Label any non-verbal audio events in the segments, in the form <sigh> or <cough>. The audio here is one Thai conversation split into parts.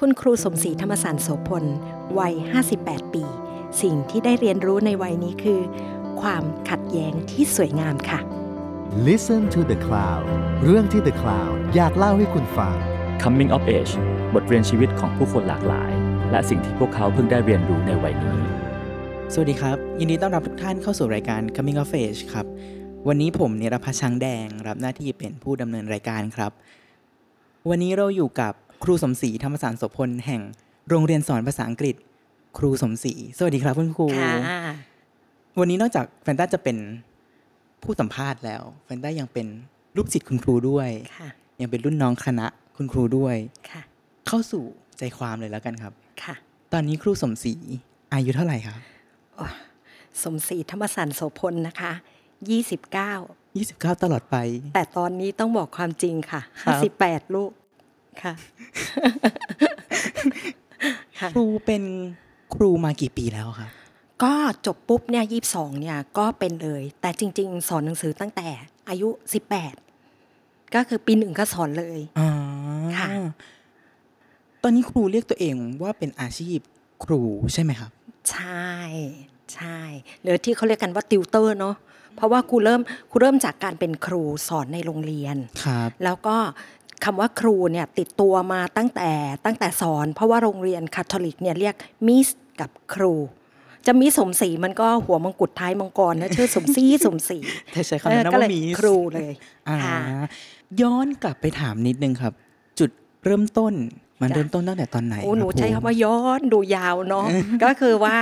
คุณครูสมศรีธรรมสารโสพล วัย 58 ปี สิ่งที่ได้เรียนรู้ในวัยนี้คือ ความขัดแย้งที่สวยงามค่ะ Listen to the Cloud เรื่องที่ The Cloud อยากเล่าให้คุณฟัง Coming of Age บทเรียนชีวิตของผู้คนหลากหลาย และสิ่งที่พวกเขาเพิ่งได้เรียนรู้ในวัยนี้ สวัสดีครับ ยินดีต้อนรับทุกท่านเข้าสู่รายการ Coming of Age ครับ วันนี้ผมนิรพัชชังแดง รับหน้าที่เป็นผู้ดำเนินรายการครับ วันนี้เราอยู่กับครูสมศรีธรรมสารโสพลแห่งโรงเรียนสอนภาษาอังกฤษ ครูสมศรีสวัสดีครับคุณครู วันนี้นอกจากแฟนต้าจะเป็นผู้สัมภาษณ์แล้วแฟนต้ายังเป็นลูกศิษย์คุณครูด้วย ค่ะ ยังเป็นรุ่นน้องคณะคุณครูด้วย ค่ะ เข้าสู่ใจความเลยแล้วกันครับ ค่ะ ตอนนี้ครูสมศรีอายุเท่าไหร่ครับ สมศรีธรรมสารโสพลนะคะ 29 29 ตลอดไป แต่ตอนนี้ต้องบอกความจริงค่ะ ครับ 58 ลูก ค่ะ ค่ะ ครูเป็นครูมากี่ปีแล้วครับ ก็จบปุ๊บเนี่ยยีสองเนี่ยก็เป็นเลย แต่จริง ๆ สอนหนังสือตั้งแต่อายุ 18 ก็คือปีหนึ่งก็สอนเลย อ๋อ ค่ะ ตอนนี้ครูเรียกตัวเองว่าเป็นอาชีพครูใช่ไหมครับ ใช่ ใช่ หรือที่เขาเรียกกันว่าติวเตอร์เนาะเพราะว่าครูเริ่มครูเริ่มจากการเป็นครูสอนในโรงเรียน ครับ แล้วก็คำว่าครูเนี่ยติดตัวมาตั้งแต่ตั้งแต่สอน เพราะว่าโรงเรียนคาทอลิกเนี่ยเรียกมิสกับครู จะมีสมศรีมันก็หัวมังกรท้ายมังกรนะชื่อสมศรีสมศรี แต่ใช้คำ เออ นั้นนะ ก็เล ว่าย มี ครูเลย อ่า ค่ะ ย้อนกลับไปถามนิดนึงครับ จุดเริ่มต้นมัน จ้ะ เริ่มต้นตั้งแต่ตอนไหน โอ้หนู รับ ใช้ รู คำว่าย้อนดูยาวเนาะ ก็คือว่า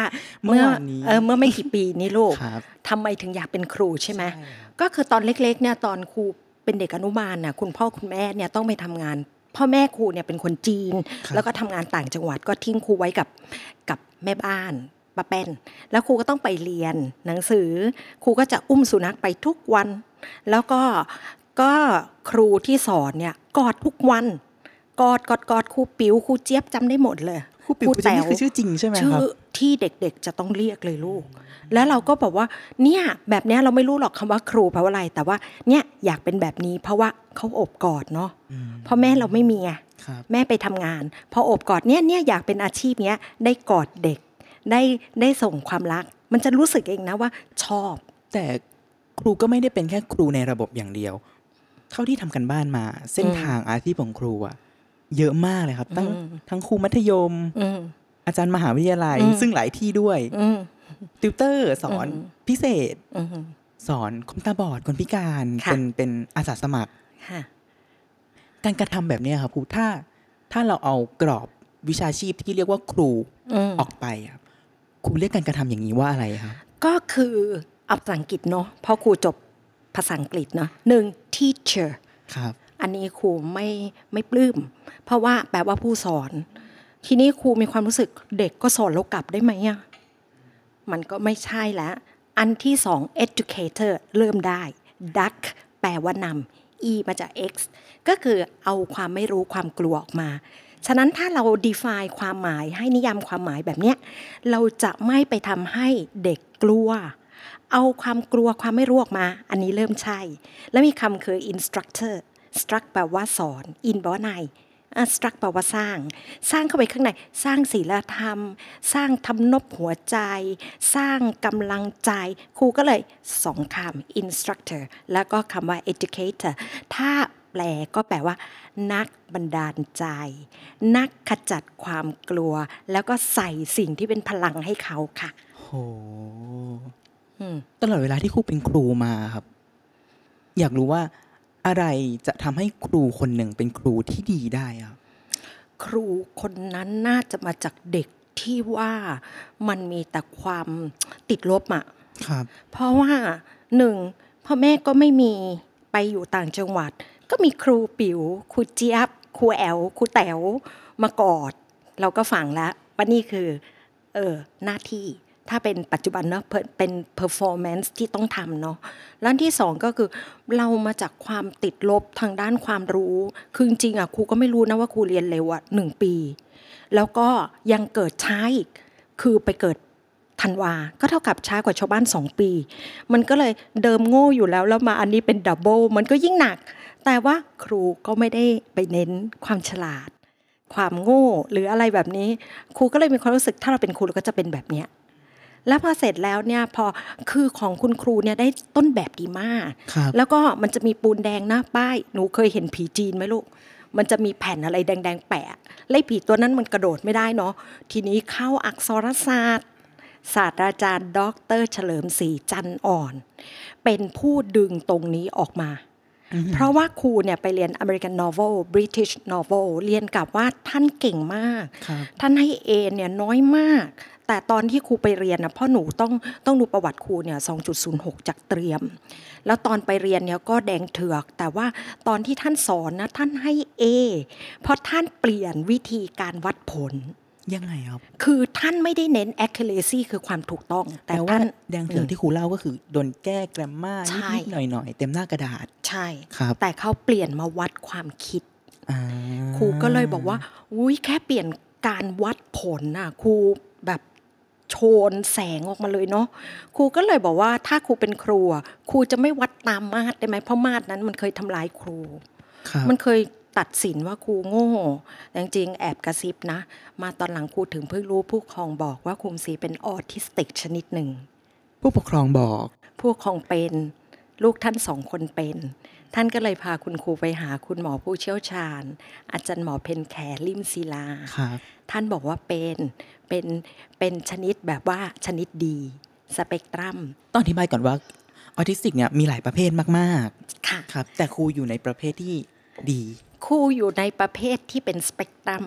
เมื่อวานนี้ เออเมื่อไม่กี่ปีนี้ลูก ครับ ทำไมถึงอยากเป็นครูใช่ไหม ใช่ครับ ก็คือตอนเล็กๆเนี่ยตอนครูเป็นเด็กอนุบาลน่ะคุณพ่อคุณแม่เนี่ยต้องไปทำงาน พ่อแม่ครูเนี่ยเป็นคนจีน ครับ แล้วก็ทำงานต่างจังหวัดก็ทิ้งครูไว้กับกับแม่บ้านป้าแป้น แล้วครูก็ต้องไปเรียนหนังสือ ครูก็จะอุ้มสุนัขไปทุกวัน แล้วก็ก็ครูที่สอนเนี่ยกอดทุกวัน กอดกอดกอดครูปิ๋วครูเจี๊ยบจำได้หมดเลย ครูปิ๋ว ครูแต๋ว นี่คือชื่อจริงใช่ไหม ชื่ ค อ รับ ที่เด็กๆจะต้องเรียกเลยลูก แล้วเราก็บอกว่า เนี่ยแบบเนี้ยเราไม่รู้หรอกคำว่าครูแปลว่าอะไร แต่ว่าเนี่ยอยากเป็นแบบนี้ เพราะว่าเขาโอบกอดเนาะ ม เพราะแม่เราไม่มีไง ครับ แม่ไปทำงาน พอโอบกอดเนี่ยเนี่ยอยากเป็นอาชีพเนี้ยได้กอดเด็ก ได้ได้ส่งความรัก มันจะรู้สึกเองนะว่าชอบ แต่ครูก็ไม่ได้เป็นแค่ครูในระบบอย่างเดียว เท่าที่ทำกันบ้านมา เส้น อืม ทางอาชีพของครูอะเยอะมากเลยครับ ทั้ง อืม ทั้งครูมัธยม อืม อาจารย์มหาวิทยาลัย อืม ซึ่งหลายที่ด้วย อืม ติวเตอร์สอน อืม พิเศษ อืม สอนคนตาบอดคนพิการ ค่ะ เป็นเป็นอาสาสมัคร ค่ะ การกระทำแบบเนี้ยครับครูถ้าถ้าเราเอากรอบวิชาชีพที่เรียกว่าครู อืม ออกไปครับครูเรียกการกระทำอย่างนี้ว่าอะไรครับ ก็คือเอาภาษาอังกฤษเนาะเพราะครูจบภาษาอังกฤษเนาะหนึ่ง teacher ครับ อันนี้ครูไม่ไม่ปลื้มเพราะว่าแปลว่าผู้สอน ทีนี้ครูมีความรู้สึกเด็กก็สอนเรากลับได้ไหมอะมันก็ไม่ใช่แล้ว อันที่สอง educator เริ่มได้ duck แปลว่านำ e มาจาก x ก็คือเอาความไม่รู้ความกลัวออกมา ฉะนั้นถ้าเรา define ความหมายให้นิยามความหมายแบบเนี้ยเราจะไม่ไปทำให้เด็กกลัว เอาความกลัวความไม่รู้ออกมา อันนี้เริ่มใช่ แล้วมีคำคือ instructor struct แปลว่าสอน in แปลว่าในอ่ะ struct แปลว่าสร้าง สร้างเข้าไปข้างใน สร้างศีลธรรม สร้างทำนบหัวใจ สร้างกำลังใจ ครูก็เลยสองคำ instructor แล้วก็คำว่า educator ถ้าแปลก็แปลว่า นักบันดาลใจ นักขจัดความกลัว แล้วก็ใส่สิ่งที่เป็นพลังให้เขาค่ะ โห อืม ตลอดเวลาที่ครูเป็นครูมาครับ อยากรู้ว่าอะไรจะทำให้ครูคนหนึ่งเป็นครูที่ดีได้อะครับ ครูคนนั้นน่าจะมาจากเด็กที่ว่ามันมีแต่ความติดลบอะ ครับ เพราะว่าหนึ่งพ่อแม่ก็ไม่มีไปอยู่ต่างจังหวัด ก็มีครูปิ๋วครูเจี๊ยบครูแอลครูแต๋วมากอด เราก็ฟังแล้วว่านี่คือเออหน้าที่ถ้าเป็นปัจจุบันเนาะเป็นเป็น performance ที่ต้องทำเนาะแล้วอันที่สองก็คือ เรามาจากความติดลบทางด้านความรู้ คือจริงๆอ่ะครูก็ไม่รู้นะว่าครูเรียนเร็วอ่ะหนึ่งปี แล้วก็ยังเกิดช้าอีก คือไปเกิดธันวา ก็เท่ากับช้ากว่าชาวบ้าน 2 ปี มันก็เลยเดิมโง่อยู่แล้ว แล้วมาอันนี้เป็นดับเบิลมันก็ยิ่งหนัก แต่ว่าครูก็ไม่ได้ไปเน้นความฉลาด ความโง่หรืออะไรแบบนี้ ครูก็เลยมีความรู้สึกถ้าเราเป็นครูเราก็จะเป็นแบบเนี้ยแล้วพอเสร็จแล้วเนี่ยพอคือของคุณครูเนี่ยได้ต้นแบบดีมาก ครับ แล้วก็มันจะมีปูนแดงหน้าป้าย หนูเคยเห็นผีจีนไหมลูก มันจะมีแผ่นอะไรแดง ๆ แปะไล่ผีตัวนั้นมันกระโดดไม่ได้เนาะ ทีนี้เข้าอักษรศาสตร์ ศาสตราจารย์ดอกเตอรเฉลิมศรีจันทร์อ่อน เป็นผู้ดึงตรงนี้ออกมา เพราะว่าครูเนี่ยไปเรียนอเมริกันนอเวลบริติชนอเวลเรียนกับว่าท่านเก่งมาก ครับ ท่านให้เอเนี่ยน้อยมาก แต่ตอนที่ครูไปเรียนนะเพ่อหนูต้องต้องดูประวัติครูเนี่ย2.06 จากเตรียม แล้วตอนไปเรียนเนี่ยก็แดงเถือก แต่ว่าตอนที่ท่านสอนนะท่านให้เอเพราะท่านเปลี่ยนวิธีการวัดผล ยังไงครับ คือท่านไม่ได้เน้น accuracy คือความถูกต้อง แต่ แต่ว่า ท่าน แดงเถือกที่ครูเล่าก็คือโดนแก้แกรมมา ใช่ นิดๆหน่อยๆ เต็มหน้ากระดาษ ใช่ ครับ แต่เขาเปลี่ยนมาวัดความคิด อ่า ครูก็เลยบอกว่า อุ้ยแค่เปลี่ยนการวัดผลน่ะครูแบบโชนแสงออกมาเลยเนาะครูก็เลยบอกว่าถ้าครูเป็นครูอ่ะครูจะไม่วัดตามมาตรได้ไหมเพราะมาตรนั้นมันเคยทำร้ายครู ครับ มันเคยตัดสินว่าครูโง่แต่จริงๆแอบกระซิบนะ มาตอนหลังครูถึงเพิ่งรู้ผู้ปกครองบอกว่าครูศรีเป็นออทิสติกชนิดหนึ่ง ผู้ปกครองบอก ผู้ปกครองเป็นลูกท่านสองคนเป็น ท่านก็เลยพาคุณครูไปหาคุณหมอผู้เชี่ยวชาญ อาจารย์หมอเพนแขลิมศิลา ครับ ท่านบอกว่าเป็นเป็นเป็นชนิดแบบว่าชนิดดีสเปกตรัม ต้องอธิบายก่อนว่าออทิสติกเนี่ยมีหลายประเภทมาก ค่ะ ๆ ครับ แต่ครูอยู่ในประเภทที่ดี คู่อยู่ในประเภทที่เป็นสเปกตรัม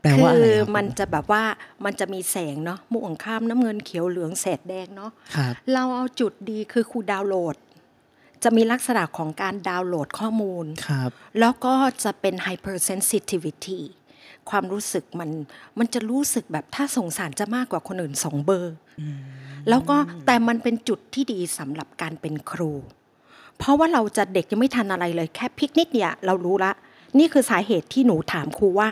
แปล คื ว่าอะไร อ ครับ มันจะแบบว่ามันจะมีแสงเนาะม่วงข้ามน้ำเงินเขียวเหลืองแสดแดงเนาะ ครับ เราเอาจุดดีคือครูดาวน์โหลด จะมีลักษณะของการดาวน์โหลดข้อมูล ครับ แล้วก็จะเป็น hypersensitivity ความรู้สึกมันมันจะรู้สึกแบบถ้าสงสารจะมากกว่าคนอื่นสองเบอร์ แล้วก็แต่มันเป็นจุดที่ดีสำหรับการเป็นครู เพราะว่าเราจะเด็กยังไม่ทันอะไรเลยแค่พลิกนิดเดียวเรารู้ละ นี่คือสาเหตุที่หนูถามครูว่า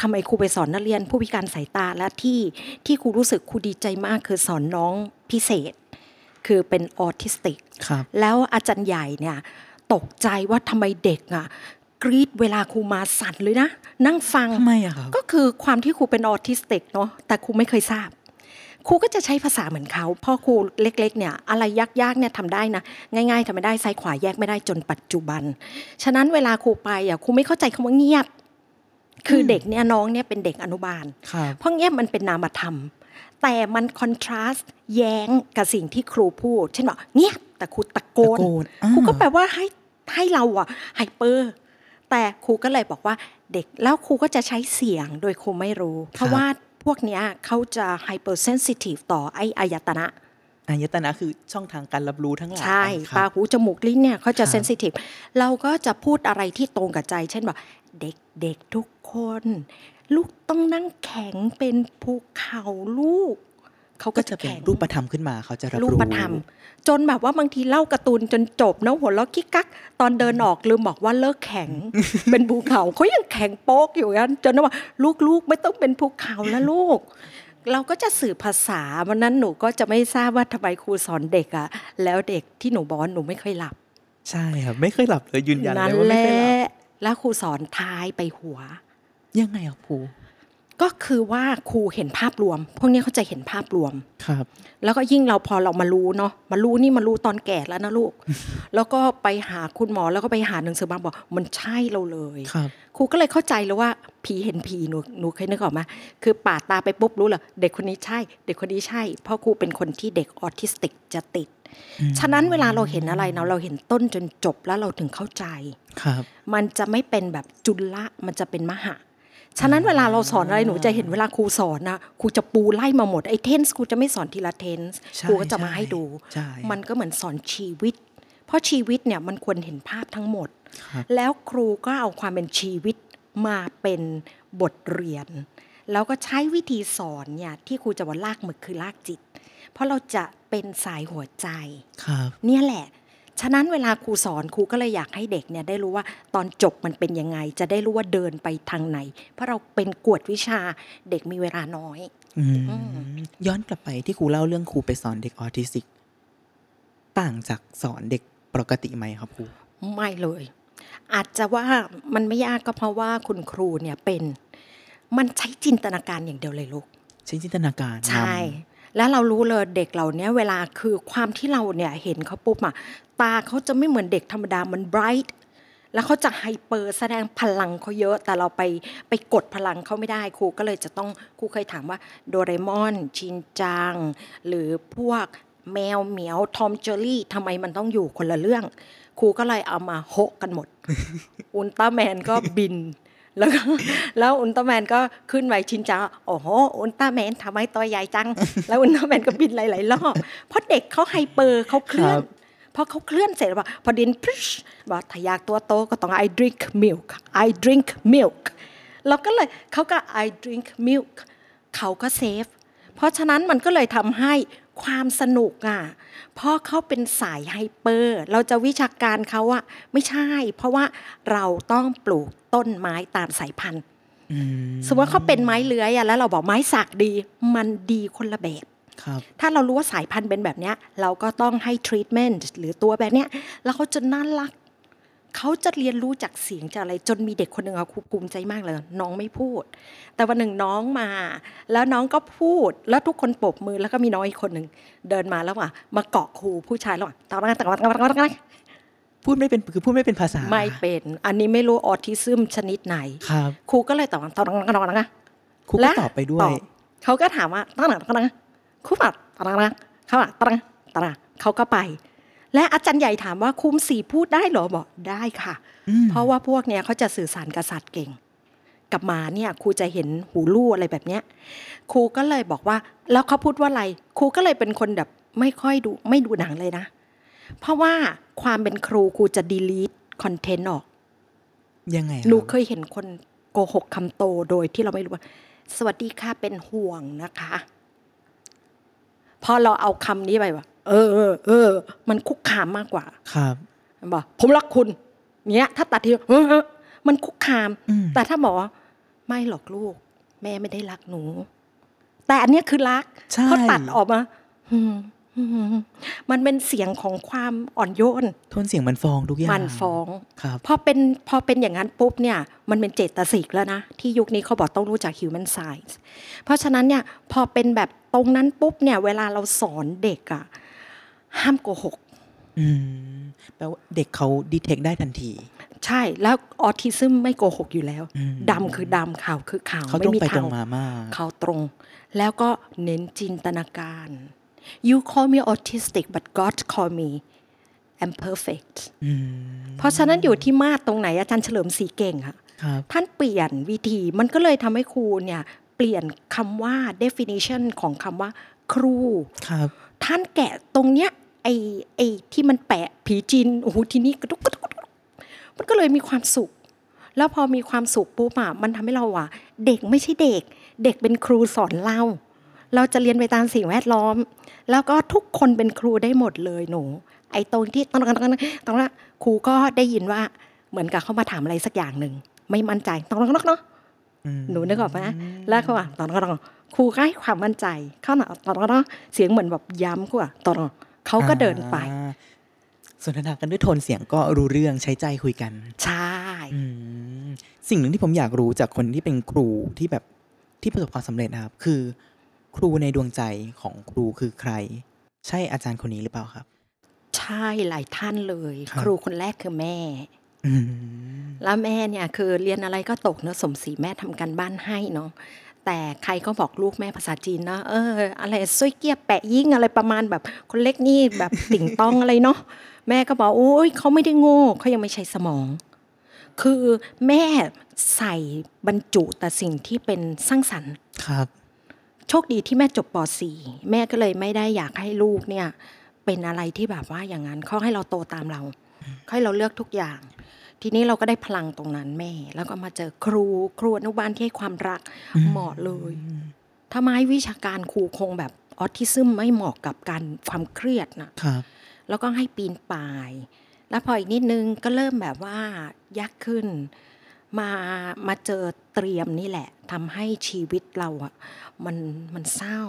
ทำไมครูไปสอนนักเรียนผู้พิการสายตาและที่ที่ครูรู้สึกครูดีใจมากคือสอนน้องพิเศษ คือเป็นออทิสติก ครับ แล้วอาจารย์ใหญ่เนี่ยตกใจว่าทำไมเด็กอ่ะกรีดเวลาครูมาสั่นเลยนะ นั่งฟัง ทำไมอะครับ ก็คือความที่ครูเป็นออทิสติกเนาะแต่ครูไม่เคยทราบ ครูก็จะใช้ภาษาเหมือนเขาพ่อครูเล็กๆเนี่ยอะไรยากๆเนี่ยทำได้นะ ง่ายๆทำไม่ได้ซ้ายขวาแยกไม่ได้จนปัจจุบัน ฉะนั้นเวลาครูไปอ่ะครูไม่เข้าใจคำว่าเงียบ คือเด็กเนี่ยน้องเนี่ยเป็นเด็กอนุบาล ครับ เพราะเงียบมันเป็นนามธรรม แต่มันคอนทราสต์แย้งกับสิ่งที่ครูพูด เช่นบอกเงียบแต่ครูตะโกน ตะโกนอ่า ครูก็แปลว่าให้ให้เราอะไฮเปอร์แต่ครูก็เลยบอกว่าเด็กแล้วครูก็จะใช้เสียงโดยครูไม่รู้ เพราะว่าพวกเนี้ยเขาจะไฮเปอร์เซนซิทีฟต่อไออายตนะ อายตนะคือช่องทางการรับรู้ทั้งหลาย ใช่ ค ตา รับ หูจมูกลิ้นเนี่ยเขาจะ ครับ เซนซิทีฟเราก็จะพูดอะไรที่ตรงกับใจ เช่นแบบเด็กๆทุกคน ลูกต้องนั่งแข็งเป็นภูเขาลูก เขาก็ ก็ จะ จะเป็น แข็ง รูปธรรมขึ้นมาเขาจะรับ รู รู้ ปธรรม จนแบบว่าบางทีเล่าการ์ตูนจนจบนะหัวเราะกิ๊กกัก ตอนเดินออกลืมบอกว่าเลิกแข็ <laughs> ง เป็นภูเขาเขายังแข็งโป๊กอยู่กันจนว่าลูกๆไม่ต้องเป็นภูเขาแล้วลูก เราก็จะสื่อภาษาวันนั้นหนูก็จะไม่ทราบว่าทำไมครูสอนเด็กอะแล้วเด็กที่หนูบอกว่าหนูไม่เคยหลับ ใช่ครับ ไม่เคยหลับเลยยืนยัน นั่ เล น ยว่า แห ไม่ ละ เคยหลับ แล้วครูสอนท้ายไปหัว ยังไงครับครู ก็คือว่าครูเห็นภาพรวม พวกนี้เขาจะเห็นภาพรวม ครับ แล้วก็ยิ่งเราพอเรามารู้เนาะมารู้นี่มารู้ตอนแก่แล้วนะลู <laughs> ก แล้วก็ไปหาคุณหมอแล้วก็ไปหาหนังสือมาบอกมันใช่เราเลย ครับ ครูก็เลยเข้าใจแล้วว่าผีเห็นผีหนูหนูเคยนึกออกไหมคือป่าดตาไปปุ๊บรู้เลยเด็กคนนี้ใช่ เด็กคนนี้ใช่ เพราะครูเป็นคนที่เด็กออทิสติกจะติด ฉะนั้นเวลาเราเห็นอะไรเนาะเราเห็นต้นจนจบแล้วเราถึงเข้าใจ ครับ มันจะไม่เป็นแบบจุลละมันจะเป็นมหะ ฉะนั้นเวลาเราสอนอะไรหนูจะเห็นเวลาครูสอนนะครูจะปูไล่มาหมดไอ้เทนส์ครูจะไม่สอนทีละเทนส์ ใช่ ครูก็จะมาให้ดู ใช่ มันก็เหมือนสอนชีวิต เพราะชีวิตเนี่ยมันควรเห็นภาพทั้งหมด ครับ แล้วครูก็เอาความเป็นชีวิตมาเป็นบทเรียน แล้วก็ใช้วิธีสอนเนี่ยที่ครูจะว่าลากหมึกคือลากจิต เพราะเราจะเป็นสายหัวใจ ครับ เนี่ยแหละ ฉะนั้นเวลาครูสอนครูก็เลยอยากให้เด็กเนี่ยได้รู้ว่าตอนจบมันเป็นยังไง จะได้รู้ว่าเดินไปทางไหน เพราะเราเป็นกวดวิชาเด็กมีเวลาน้อย อืม อืม ย้อนกลับไปที่ครูเล่าเรื่องครูไปสอนเด็กออทิสติก ต่างจากสอนเด็กปกติไหมครับครู ไม่เลย อาจจะว่ามันไม่ยากก็เพราะว่าคุณครูเนี่ยเป็น มันใช้จินตนาการอย่างเดียวเลยลูก ใช้จินตนาการนำ ใช่ แล้วเรารู้เลยเด็กเหล่าเนี้ยเวลาคือความที่เราเนี่ยเห็นเขาปุ๊บอะตาเขาจะไม่เหมือนเด็กธรรมดา มัน bright แล้วเขาจะไฮเปอร์แสดงพลังเขาเยอะ แต่เราไปไปกดพลังเขาไม่ได้ครูก็เลยจะต้องครูเคยถามว่าโดเรมอน ชินจัง หรือพวกแมวเหมียว ทอมเจอรี่ทำไมมันต้องอยู่คนละเรื่อง ครูก็เลยเอามาโฮะกันหมด อุลตร้าแมนก็บิน <laughs> แล้วก็แล้วอุลตร้าแมนก็ขึ้นไปชินจังโอ้โหอุลตร้าแมนทำไมตัวใหญ่จัง <laughs> แล้วอุลตร้าแมนก็บินหลายๆรอบเพราะเด็กเขาไฮเปอร์เขาเคลื่อนพอเขาเคลื่อนเสร็จว่าพอดินพริชบอกถ้าอยากตัวโตก็ต้อง I drink milk I drink milk เราก็เลยเขาก็ I drink milk เขาก็เซฟ เพราะฉะนั้นมันก็เลยทำให้ความสนุกอ่ะเพราะเขาเป็นสายไฮเปอร์ เราจะวิชาการเขาอะไม่ใช่ เพราะว่าเราต้องปลูกต้นไม้ตามสายพันธุ์ อืม สมมติว่าเขาเป็นไม้เลื้อยอะแล้วเราบอกไม้สักดี มันดีคนละแบบ ครับ ถ้าเรารู้ว่าสายพันธุ์เป็นแบบเนี้ย เราก็ต้องให้ treatment หรือตัวแบบเนี้ย แล้วเขาจะน่ารัก เขาจะเรียนรู้จากเสียงจากอะไร จนมีเด็กคนหนึ่งอะครูภูมิใจมากเลย น้องไม่พูด แต่วันหนึ่งน้องมา แล้วน้องก็พูด แล้วทุกคนปรบมือ แล้วก็มีน้องอีกคนหนึ่งเดินมาแล้วอ่ะ มาเกาะครูผู้ชายแล้วอ่ะตะวันตะวันตะวันตะวันตะวัน พูดไม่เป็นคือพูดไม่เป็นภาษา ไม่เป็น อันนี้ไม่รู้ออทิซึมชนิดไหน ครับ ครูก็เลยตะวันตะวันตะวันตะวันตะวัน ครูก็ และ ตอบไปด้ว ต ย อบเขาก็ถามว่าตั้งหนักตั้งหนักครูปัดตั้งหนักเขาปัดตั้งตั้งเขาก็ไป และอาจารย์ใหญ่ถามว่าคุ้มสีพูดได้เหรอบอกได้ค่ะ อืม เพราะว่าพวกเนี้ยเขาจะสื่อสารกับสัตว์เก่ง กับหมาเนี่ยครูจะเห็นหูลู่อะไรแบบเนี้ยครูก็เลยบอกว่า แล้วเขาพูดว่าอะไรครูก็เลยเป็นคนแบบไม่ค่อยดูไม่ดูหนังเลยนะ เพราะว่าความเป็นครูครูจะดีลีทคอนเทนต์ออก ยังไง หนู ค เครับ ยเห็นคนโกหกคำโตโดยที่เราไม่รู้ว่า สวัสดีค่ะเป็นห่วงนะคะ พอเราเอาคำนี้ไปว่าเออเออเออ มันคุกคามมากกว่า ครับ บอกผมรักคุณ เนี้ย ถ้าตัดทีเออเออมันคุกคาม อืม แต่ถ้าบอกว่าไม่หรอกลูก แม่ไม่ได้รักหนู แต่อันเนี้ยคือรัก ใช่ เพราะตัดออกมาอืมอืมมันเป็นเสียงของความอ่อนโยน โทนเสียงมันฟองทุกอย่าง มันฟ้อง ครับ พอเป็นพอเป็นอย่างนั้นปุ๊บเนี่ยมันเป็นเจตสิกแล้วนะ ที่ยุคนี้เขาบอกต้องรู้จัก human science เพราะฉะนั้นเนี่ยพอเป็นแบบตรงนั้นปุ๊บเนี่ยเวลาเราสอนเด็กอะห้ามโกหก อืมแปลว่าเด็กเขาดีเทคได้ทันที ใช่แล้วออทิซึมไม่โกหกอยู่แล้ว อืม ดำคือดำขาวคือขาว เขาตร ไม่ ง มี ไปตร ทาง งมามาก เขาตรง แล้วก็เน้นจินตนาการ you call me autistic but God call me I'm perfect อืม เพราะฉะนั้นอยู่ที่มาตรตรงไหนอาจารย์เฉลิมศรีเก่งค่ะ ครับ ท่านเปลี่ยนวิธีมันก็เลยทำให้ครูเนี่ย เปลี่ยนคำว่า definition ของคำว่า ครู ครับ ท่านแกะตรงเนี้ยไอ้ไอ้ที่มันแปะผีจีนโอ้โหทีนี้กระดุกกระดุกกระดุกมันก็เลยมีความสุข แล้วพอมีความสุขปุ๊บอะมันทำให้เราอะเด็กไม่ใช่เด็ก เด็กเป็นครูสอนเรา เราจะเรียนไปตามสิ่งแวดล้อม แล้วก็ทุกคนเป็นครูได้หมดเลยหนู ไอ้ตรงที่ตอนนั้นตอนนั้นตอนนั้นครูก็ได้ยินว่าเหมือนกับเขามาถามอะไรสักอย่างหนึ่งไม่มั่นใจตอนนั้นเนาะ อืม หนูนึกออกไหมแล้วเขาว่าตอนก็ตอนครูก็ให้ความมั่นใจเขาหนาตอนก็ตอนเสียงเหมือนแบบย้ำกูอ่ะตอนเขาก็เดินไป อ่าสนทนากันด้วยโทนเสียงก็รู้เรื่องใช้ใจคุยกัน ใช่ อืมสิ่งหนึ่งที่ผมอยากรู้จากคนที่เป็นครูที่แบบที่ประสบความสำเร็จนะครับ คือ ครูในดวงใจของครูคือใคร ใช่อาจารย์คนนี้หรือเปล่าครับ ใช่หลายท่านเลย ครับ ครูคนแรกคือแม่ อืม แล้วแม่เนี่ยคือเรียนอะไรก็ตกเนอะสมศรีแม่ทำการบ้านให้เนาะแต่ใครก็บอกลูกแม่ภาษาจีนนะเออ อะไรซุยเกียแปะยิ่งอะไรประมาณแบบคนเล็กนี่แบบติ่งต้องอะไรเนาะแม่ก็บอกโอ้ยเขาไม่ได้โง่เขายังไม่ใช้สมอง คือแม่ใส่บรรจุแต่สิ่งที่เป็นสร้างสรรค์ ครับ โชคดีที่แม่จบป .4 แม่ก็เลยไม่ได้อยากให้ลูกเนี่ย เป็นอะไรที่แบบว่าอย่างนั้นเขาให้เราโตตามเราเขาให้เราเลือกทุกอย่าง ทีนี้เราก็ได้พลังตรงนั้นแม่ แล้วก็มาเจอครูครูอนุบาลที่ให้ความรักเหมาะเลยถ้าไม้วิชาการครูคงแบบออทิซึมไม่เหมาะกับการความเครียดน่ะ ครับ แล้วก็ให้ปีนป่าย แล้วพออีกนิดนึงก็เริ่มแบบว่ายากขึ้น มา มาเจอเตรียมนี่แหละทำให้ชีวิตเราอะมัน มันเศร้า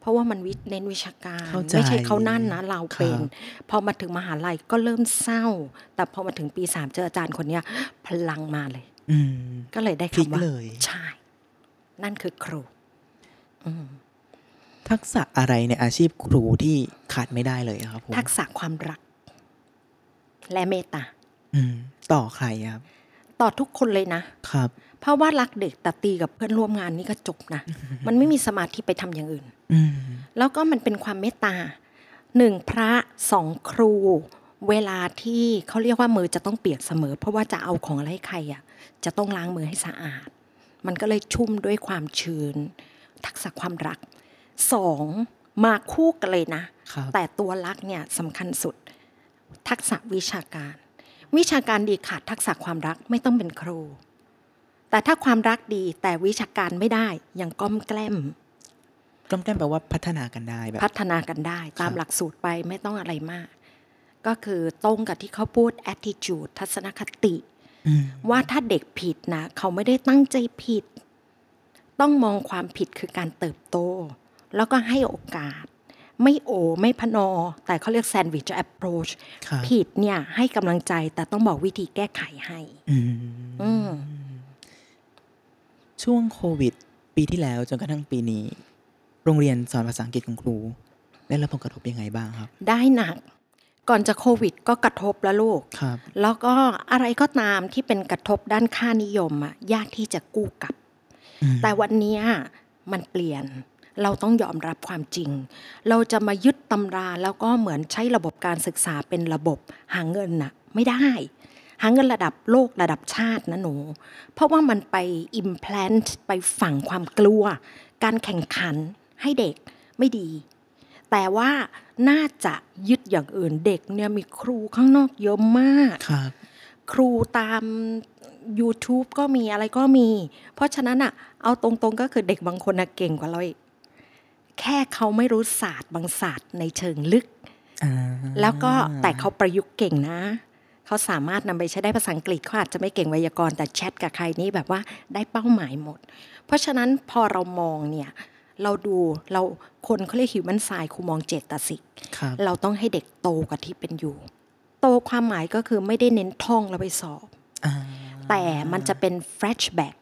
เพราะว่ามันวิเน้นวิชาการ เข้าใจ ไม่ใช่เขานั่นนะเราเป็น ครับ พอมาถึงมหาลัยก็เริ่มเศร้า แต่พอมาถึงปีสามเจออาจารย์คนเนี้ยพลังมาเลย อืม ก็เลยได้ พลิก คำว่า เลย ใช่ นั่นคือครู ทักษะอะไรในอาชีพครูที่ขาดไม่ได้เลยอะครับผม ทักษะความรัก และเมตตา อืมต่อใครอะครับ ต่อทุกคนเลยนะ ครับ เพราะว่ารักเด็กแต่ตีกับเพื่อนร่วมงานนี่ก็จบนะ <laughs> มันไม่มีสมาธิไปทำอย่างอื่น อืม แล้วก็มันเป็นความเมตตาหนึ่งพระสองครู เวลาที่เขาเรียกว่ามือจะต้องเปียกเสมอ เพราะว่าจะเอาของอะไรให้ใครอ่ะจะต้องล้างมือให้สะอาด มันก็เลยชุ่มด้วยความชื้น ทักษะความรักสองมาคู่กันเลยนะ ครับ แต่ตัวรักเนี่ยสำคัญสุด ทักษะวิชาการ วิชาการดีขาดทักษะความรักไม่ต้องเป็นครู แต่ถ้าความรักดีแต่วิชาการไม่ได้ยังก้อมแกล้ม กล้มแกล้มแปลว่าพัฒนากันได้แบบ พัฒนากันได้ตาม ครับ หลักสูตรไปไม่ต้องอะไรมาก ก็คือตรงกับที่เขาพูด attitude ทัศนคติ อืม ว่าถ้าเด็กผิดนะ เขาไม่ได้ตั้งใจผิด ต้องมองความผิดคือการเติบโต แล้วก็ให้โอกาส ไม่โอไม่พนอ แต่เขาเรียก sandwich approach ครับ ผิดเนี่ยให้กำลังใจแต่ต้องบอกวิธีแก้ไขให้ อืม อืม ช่วงโควิด ปีที่แล้วจนกระทั่งปีนี้ โรงเรียนสอนภาษาอังกฤษของครู ได้รับผลกระทบยังไงบ้างครับ ได้หนัก ก่อนจะโควิดก็กระทบแล้วลูก ครับ แล้วก็อะไรก็ตามที่เป็นกระทบด้านค่านิยมอะยากที่จะกู้กลับ อืม แต่วันเนี้ยมันเปลี่ยน เราต้องยอมรับความจริง เราจะมายึดตำราแล้วก็เหมือนใช้ระบบการศึกษาเป็นระบบหาเงินน่ะไม่ได้ หาเงินระดับโลกระดับชาตินะหนู เพราะว่ามันไป implant ไปฝังความกลัว การแข่งขันให้เด็กไม่ดี แต่ว่าน่าจะยึดอย่างอื่นเด็กเนี่ยมีครูข้างนอกเยอะมาก ครับ ครูตาม YouTube ก็มีอะไรก็มี เพราะฉะนั้นอะเอาตรงๆก็คือเด็กบางคนน่ะเก่งกว่าเราอีกแค่เขาไม่รู้ศาสตร์บางศาสตร์ในเชิงลึก อ่า แล้วก็แต่เขาประยุกต์เก่งนะ เขาสามารถนำไปใช้ได้ภาษาอังกฤษเขาอาจจะไม่เก่งไวยากรณ์แต่แชทกับใครนี่แบบว่าได้เป้าหมายหมด เพราะฉะนั้นพอเรามองเนี่ย เราดูเราคนเขาเรียกฮิวแมนไซครูมองเจตสิก ครับ เราต้องให้เด็กโตกว่าที่เป็นอยู่ โตความหมายก็คือไม่ได้เน้นท่องแล้วไปสอบ อ่า แต่มันจะเป็น flashback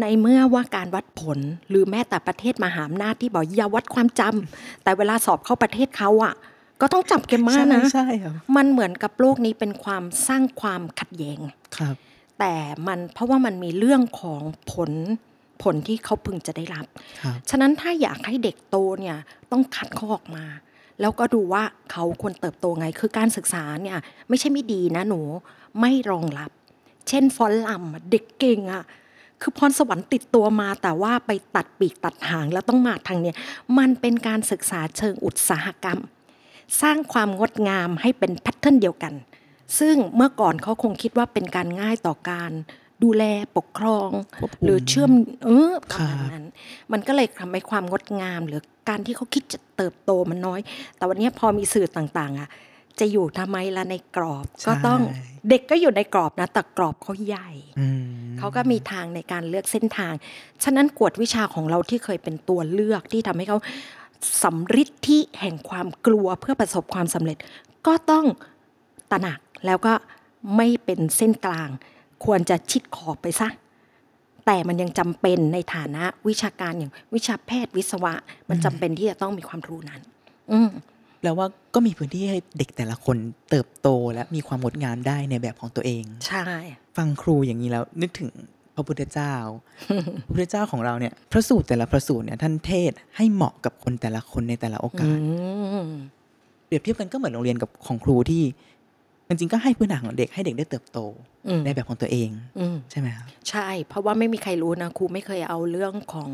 ในเมื่อว่าการวัดผลหรือแม้แต่ประเทศมหาอำนาจที่บอกอย่าวัดความจำ แต่เวลาสอบเข้าประเทศเขาอ่ะ ก็ต้องจับเกมมา ใช่ นะ ใช่ครับ มันเหมือนกับโลกนี้เป็นความสร้างความขัดแย้ง ครับ แต่มันเพราะว่ามันมีเรื่องของผลผลที่เขาพึงจะได้รับ ครับ ฉะนั้นถ้าอยากให้เด็กโตเนี่ยต้องคัดเขาออกมา แล้วก็ดูว่าเขาควรเติบโตไงคือการศึกษาเนี่ยไม่ใช่ไม่ดีนะหนูไม่รองรับ เช่นฟอนต์ลำอะเด็กเก่งอะ่ะคือพรสวรรค์ติดตัวมาแต่ว่าไปตัดปีกตัดหางแล้วต้องมาทางเนี่ยมันเป็นการศึกษาเชิงอุตสาหกรรม สร้างความงดงามให้เป็นแพทเทิร์นเดียวกัน ซึ่งเมื่อก่อนเขาคงคิดว่าเป็นการง่ายต่อการ ดูแลปกครอง ควบคุม หรือเชื่อมเออประมาณ ครับ นั้น มันก็เลยทำให้ความงดงาม หรือการที่เขาคิดจะเติบโตมันน้อย แต่วันนี้พอมีสื่อต่างๆอ่ะจะอยู่ทำไมละในกรอบ ใช่ ก็ต้องเด็กก็อยู่ในกรอบนะแต่กรอบเขาใหญ่ อืม เขาก็มีทางในการเลือกเส้นทาง ฉะนั้นกวดวิชาของเราที่เคยเป็นตัวเลือกที่ทำให้เขาสำฤทธิแห่งความกลัวเพื่อประสบความสำเร็จ ก็ต้องตระหนักแล้วก็ไม่เป็นเส้นกลาง ควรจะชิดขอบไปซะ แต่มันยังจำเป็นในฐานะวิชาการอย่างวิชาแพทย์วิศวะ มันจำเป็นที่จะต้องมีความรู้นั้น อืม แล้วว่าก็มีพื้นที่ให้เด็กแต่ละคนเติบโตและมีความงดงามได้ในแบบของตัวเอง ใช่ ฟังครูอย่างนี้แล้วนึกถึงพระพุทธเจ้า <laughs> พระพุทธเจ้าของเราเนี่ยพระสูตรแต่ละพระสูตรเนี่ยท่านเทศน์ให้เหมาะกับคนแต่ละคนในแต่ละโอ อื กาส ม เปรียบเทียบกันก็เหมือนโรงเรียนกับของครูที่จริงๆก็ให้พื้นฐานของเด็กให้เด็กได้เติบโต อืม ในแบบของตัวเอง อืม ใช่ไหมครับ ใช่ เพราะว่าไม่มีใครรู้นะครูไม่เคยเอาเรื่องของ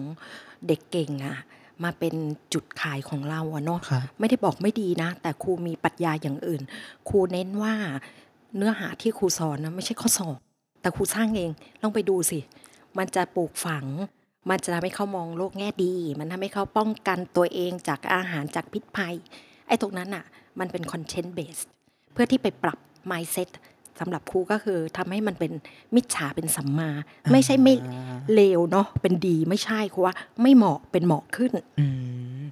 เด็กเก่งอะมาเป็นจุดขายของเราอะเนาะ ครับ ไม่ได้บอกไม่ดีนะ แต่ครูมีปรัชญาอย่างอื่น ครูเน้นว่าเนื้อหาที่ครูสอนนะไม่ใช่ข้อสอบ แต่ครูสร้างเองลองไปดูสิ มันจะปลูกฝัง มันจะทำให้เขามองโลกแง่ดี มันทำให้เขาป้องกันตัวเองจากอาหารจากพิษภัย ไอ้ตรงนั้นอะมันเป็นคอนเทนต์เบส เพื่อที่ไปปรับ mindset สำหรับครูก็คือทำให้มันเป็นมิจฉาเป็นสัมมา ไม่ใช่ไม่เลวเนาะเป็นดีไม่ใช่ครูว่าไม่เหมาะเป็นเหมาะขึ้น อืม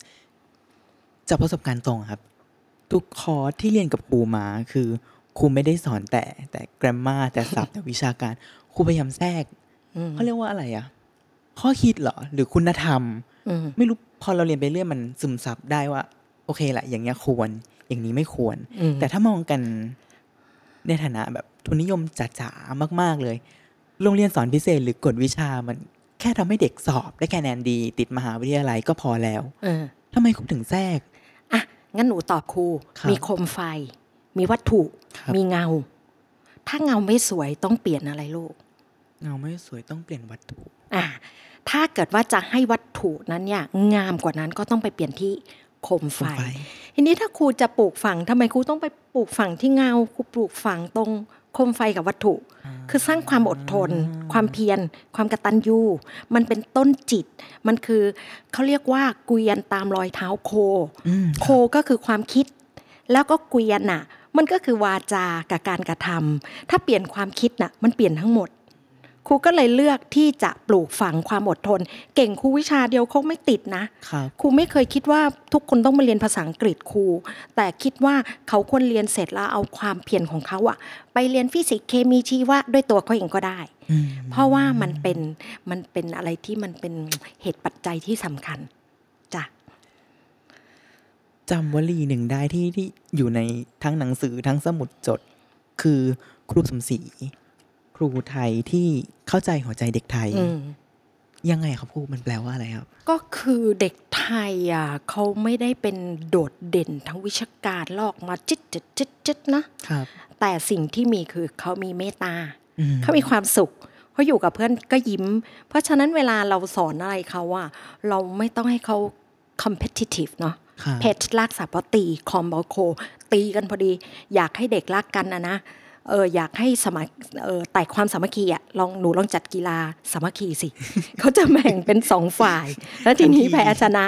จากประสบการณ์ตรงครับ ทุกคอร์สที่เรียนกับครูมาคือครูไม่ได้สอนแต่แต่ grammar แต่ศัพท์แต่วิชาการครูพยายามแทรก อืม เขาเรียกว่าอะไรอะ ข้อคิดเหรอ หรือคุณธรรม อืม ไม่รู้พอเราเรียนไปเรื่อยมันซึมซับได้ว่า โอเคแหละ อย่างเงี้ยควร อย่างนี้ไม่ควร อืม แต่ถ้ามองกันในฐานะแบบทุนนิยมจ๋าๆมาก ๆเลย โรงเรียนสอนพิเศษหรือกฎวิชามันแค่ทำให้เด็กสอบได้คะแนนดี ติดมหาวิทยาลัยก็พอแล้ว เออ ทำไมคุณถึงแทรก อ่ะ งั้นหนูตอบครู ครับ มีโคมไฟ มีวัตถุ ครับ มีเงา ถ้าเงาไม่สวยต้องเปลี่ยนอะไรลูก เงาไม่สวยต้องเปลี่ยนวัตถุ อ่ะ ถ้าเกิดว่าจะให้วัตถุนั้นเนี่ยงามกว่านั้นก็ต้องไปเปลี่ยนที่โคมไฟ โคมไฟ ทีนี้ถ้าครูจะปลูกฝังทำไมครูต้องไปปลูกฝังที่เงา ครูปลูกฝังตรงโคมไฟกับวัตถุ คือสร้างความอดทน ความเพียร ความกระตันยูมันเป็นต้นจิต มันคือเขาเรียกว่าเกวียนตามรอยเท้าโค อืม โคก็คือความคิด แล้วก็เกวียนน่ะ มันก็คือวาจากับการกระทำถ้าเปลี่ยนความคิดน่ะ มันเปลี่ยนทั้งหมด ครูก็เลยเลือกที่จะปลูกฝังความอดทน เก่งครูวิชาเดียวเขาไม่ติดนะ ครับ ครูไม่เคยคิดว่าทุกคนต้องมาเรียนภาษาอังกฤษครู แต่คิดว่าเขาควรเรียนเสร็จแล้วเอาความเพียรของเขาอะไปเรียนฟิสิกส์เคมีชีวะด้วยตัวเขาเองก็ได้ อืม เพราะว่ามันเป็นมันเป็นอะไรที่มันเป็นเหตุปัจจัยที่สำคัญจ้ะ จำวลีหนึ่งได้ที่ที่อยู่ในทั้งหนังสือทั้งสมุดจด คือครูสมศรีครูไทยที่เข้าใจหัวใจเด็กไทย อืม ยังไงครับครูมันแปลว่าอะไรครับ ก็คือเด็กไทยอ่ะเขาไม่ได้เป็นโดดเด่นทั้งวิชาการลอกมาจิตจิตจิตจิตนะ ครับ แต่สิ่งที่มีคือเขามีเมตตา อืม เขามีความสุขเขาอยู่กับเพื่อนก็ยิ้ม เพราะฉะนั้นเวลาเราสอนอะไรเขาอ่ะเราไม่ต้องให้เขา competitive เนาะ ครับ เพชรลากสาปตีคอมบอโค ตีกันพอดี อยากให้เด็กรักกันนะนะเอออยากให้สมัครเออแต่ความสามัคคีอ่ะลองหนูลองจัดกีฬาสามัคคี <laughs> สิ เขาจะแบ่งเป็นสองฝ่าย แล้วทีนี้แพ้ชนะ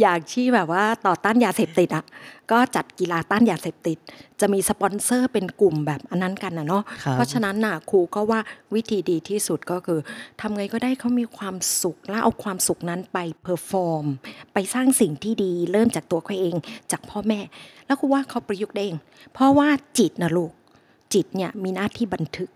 อยากที่แบบว่าต่อต้านยาเสพติดอ่ะก็จัดกีฬาต้านยาเสพติด จะมีสปอนเซอร์เป็นกลุ่มแบบอันนั้นกันนะเนาะ ครับ เพราะฉะนั้นน่ะครูก็ว่าวิธีดีที่สุดก็คือทำไงก็ได้เขามีความสุข แล้วเอาความสุขนั้นไปเพอร์ฟอร์ม ไปสร้างสิ่งที่ดีเริ่มจากตัวเขาเองจากพ่อแม่ แล้วครูว่าเขาประยุกต์ได้เอง เพราะว่าจิตนะลูก จิตเนี่ยมีหน้าที่บันทึก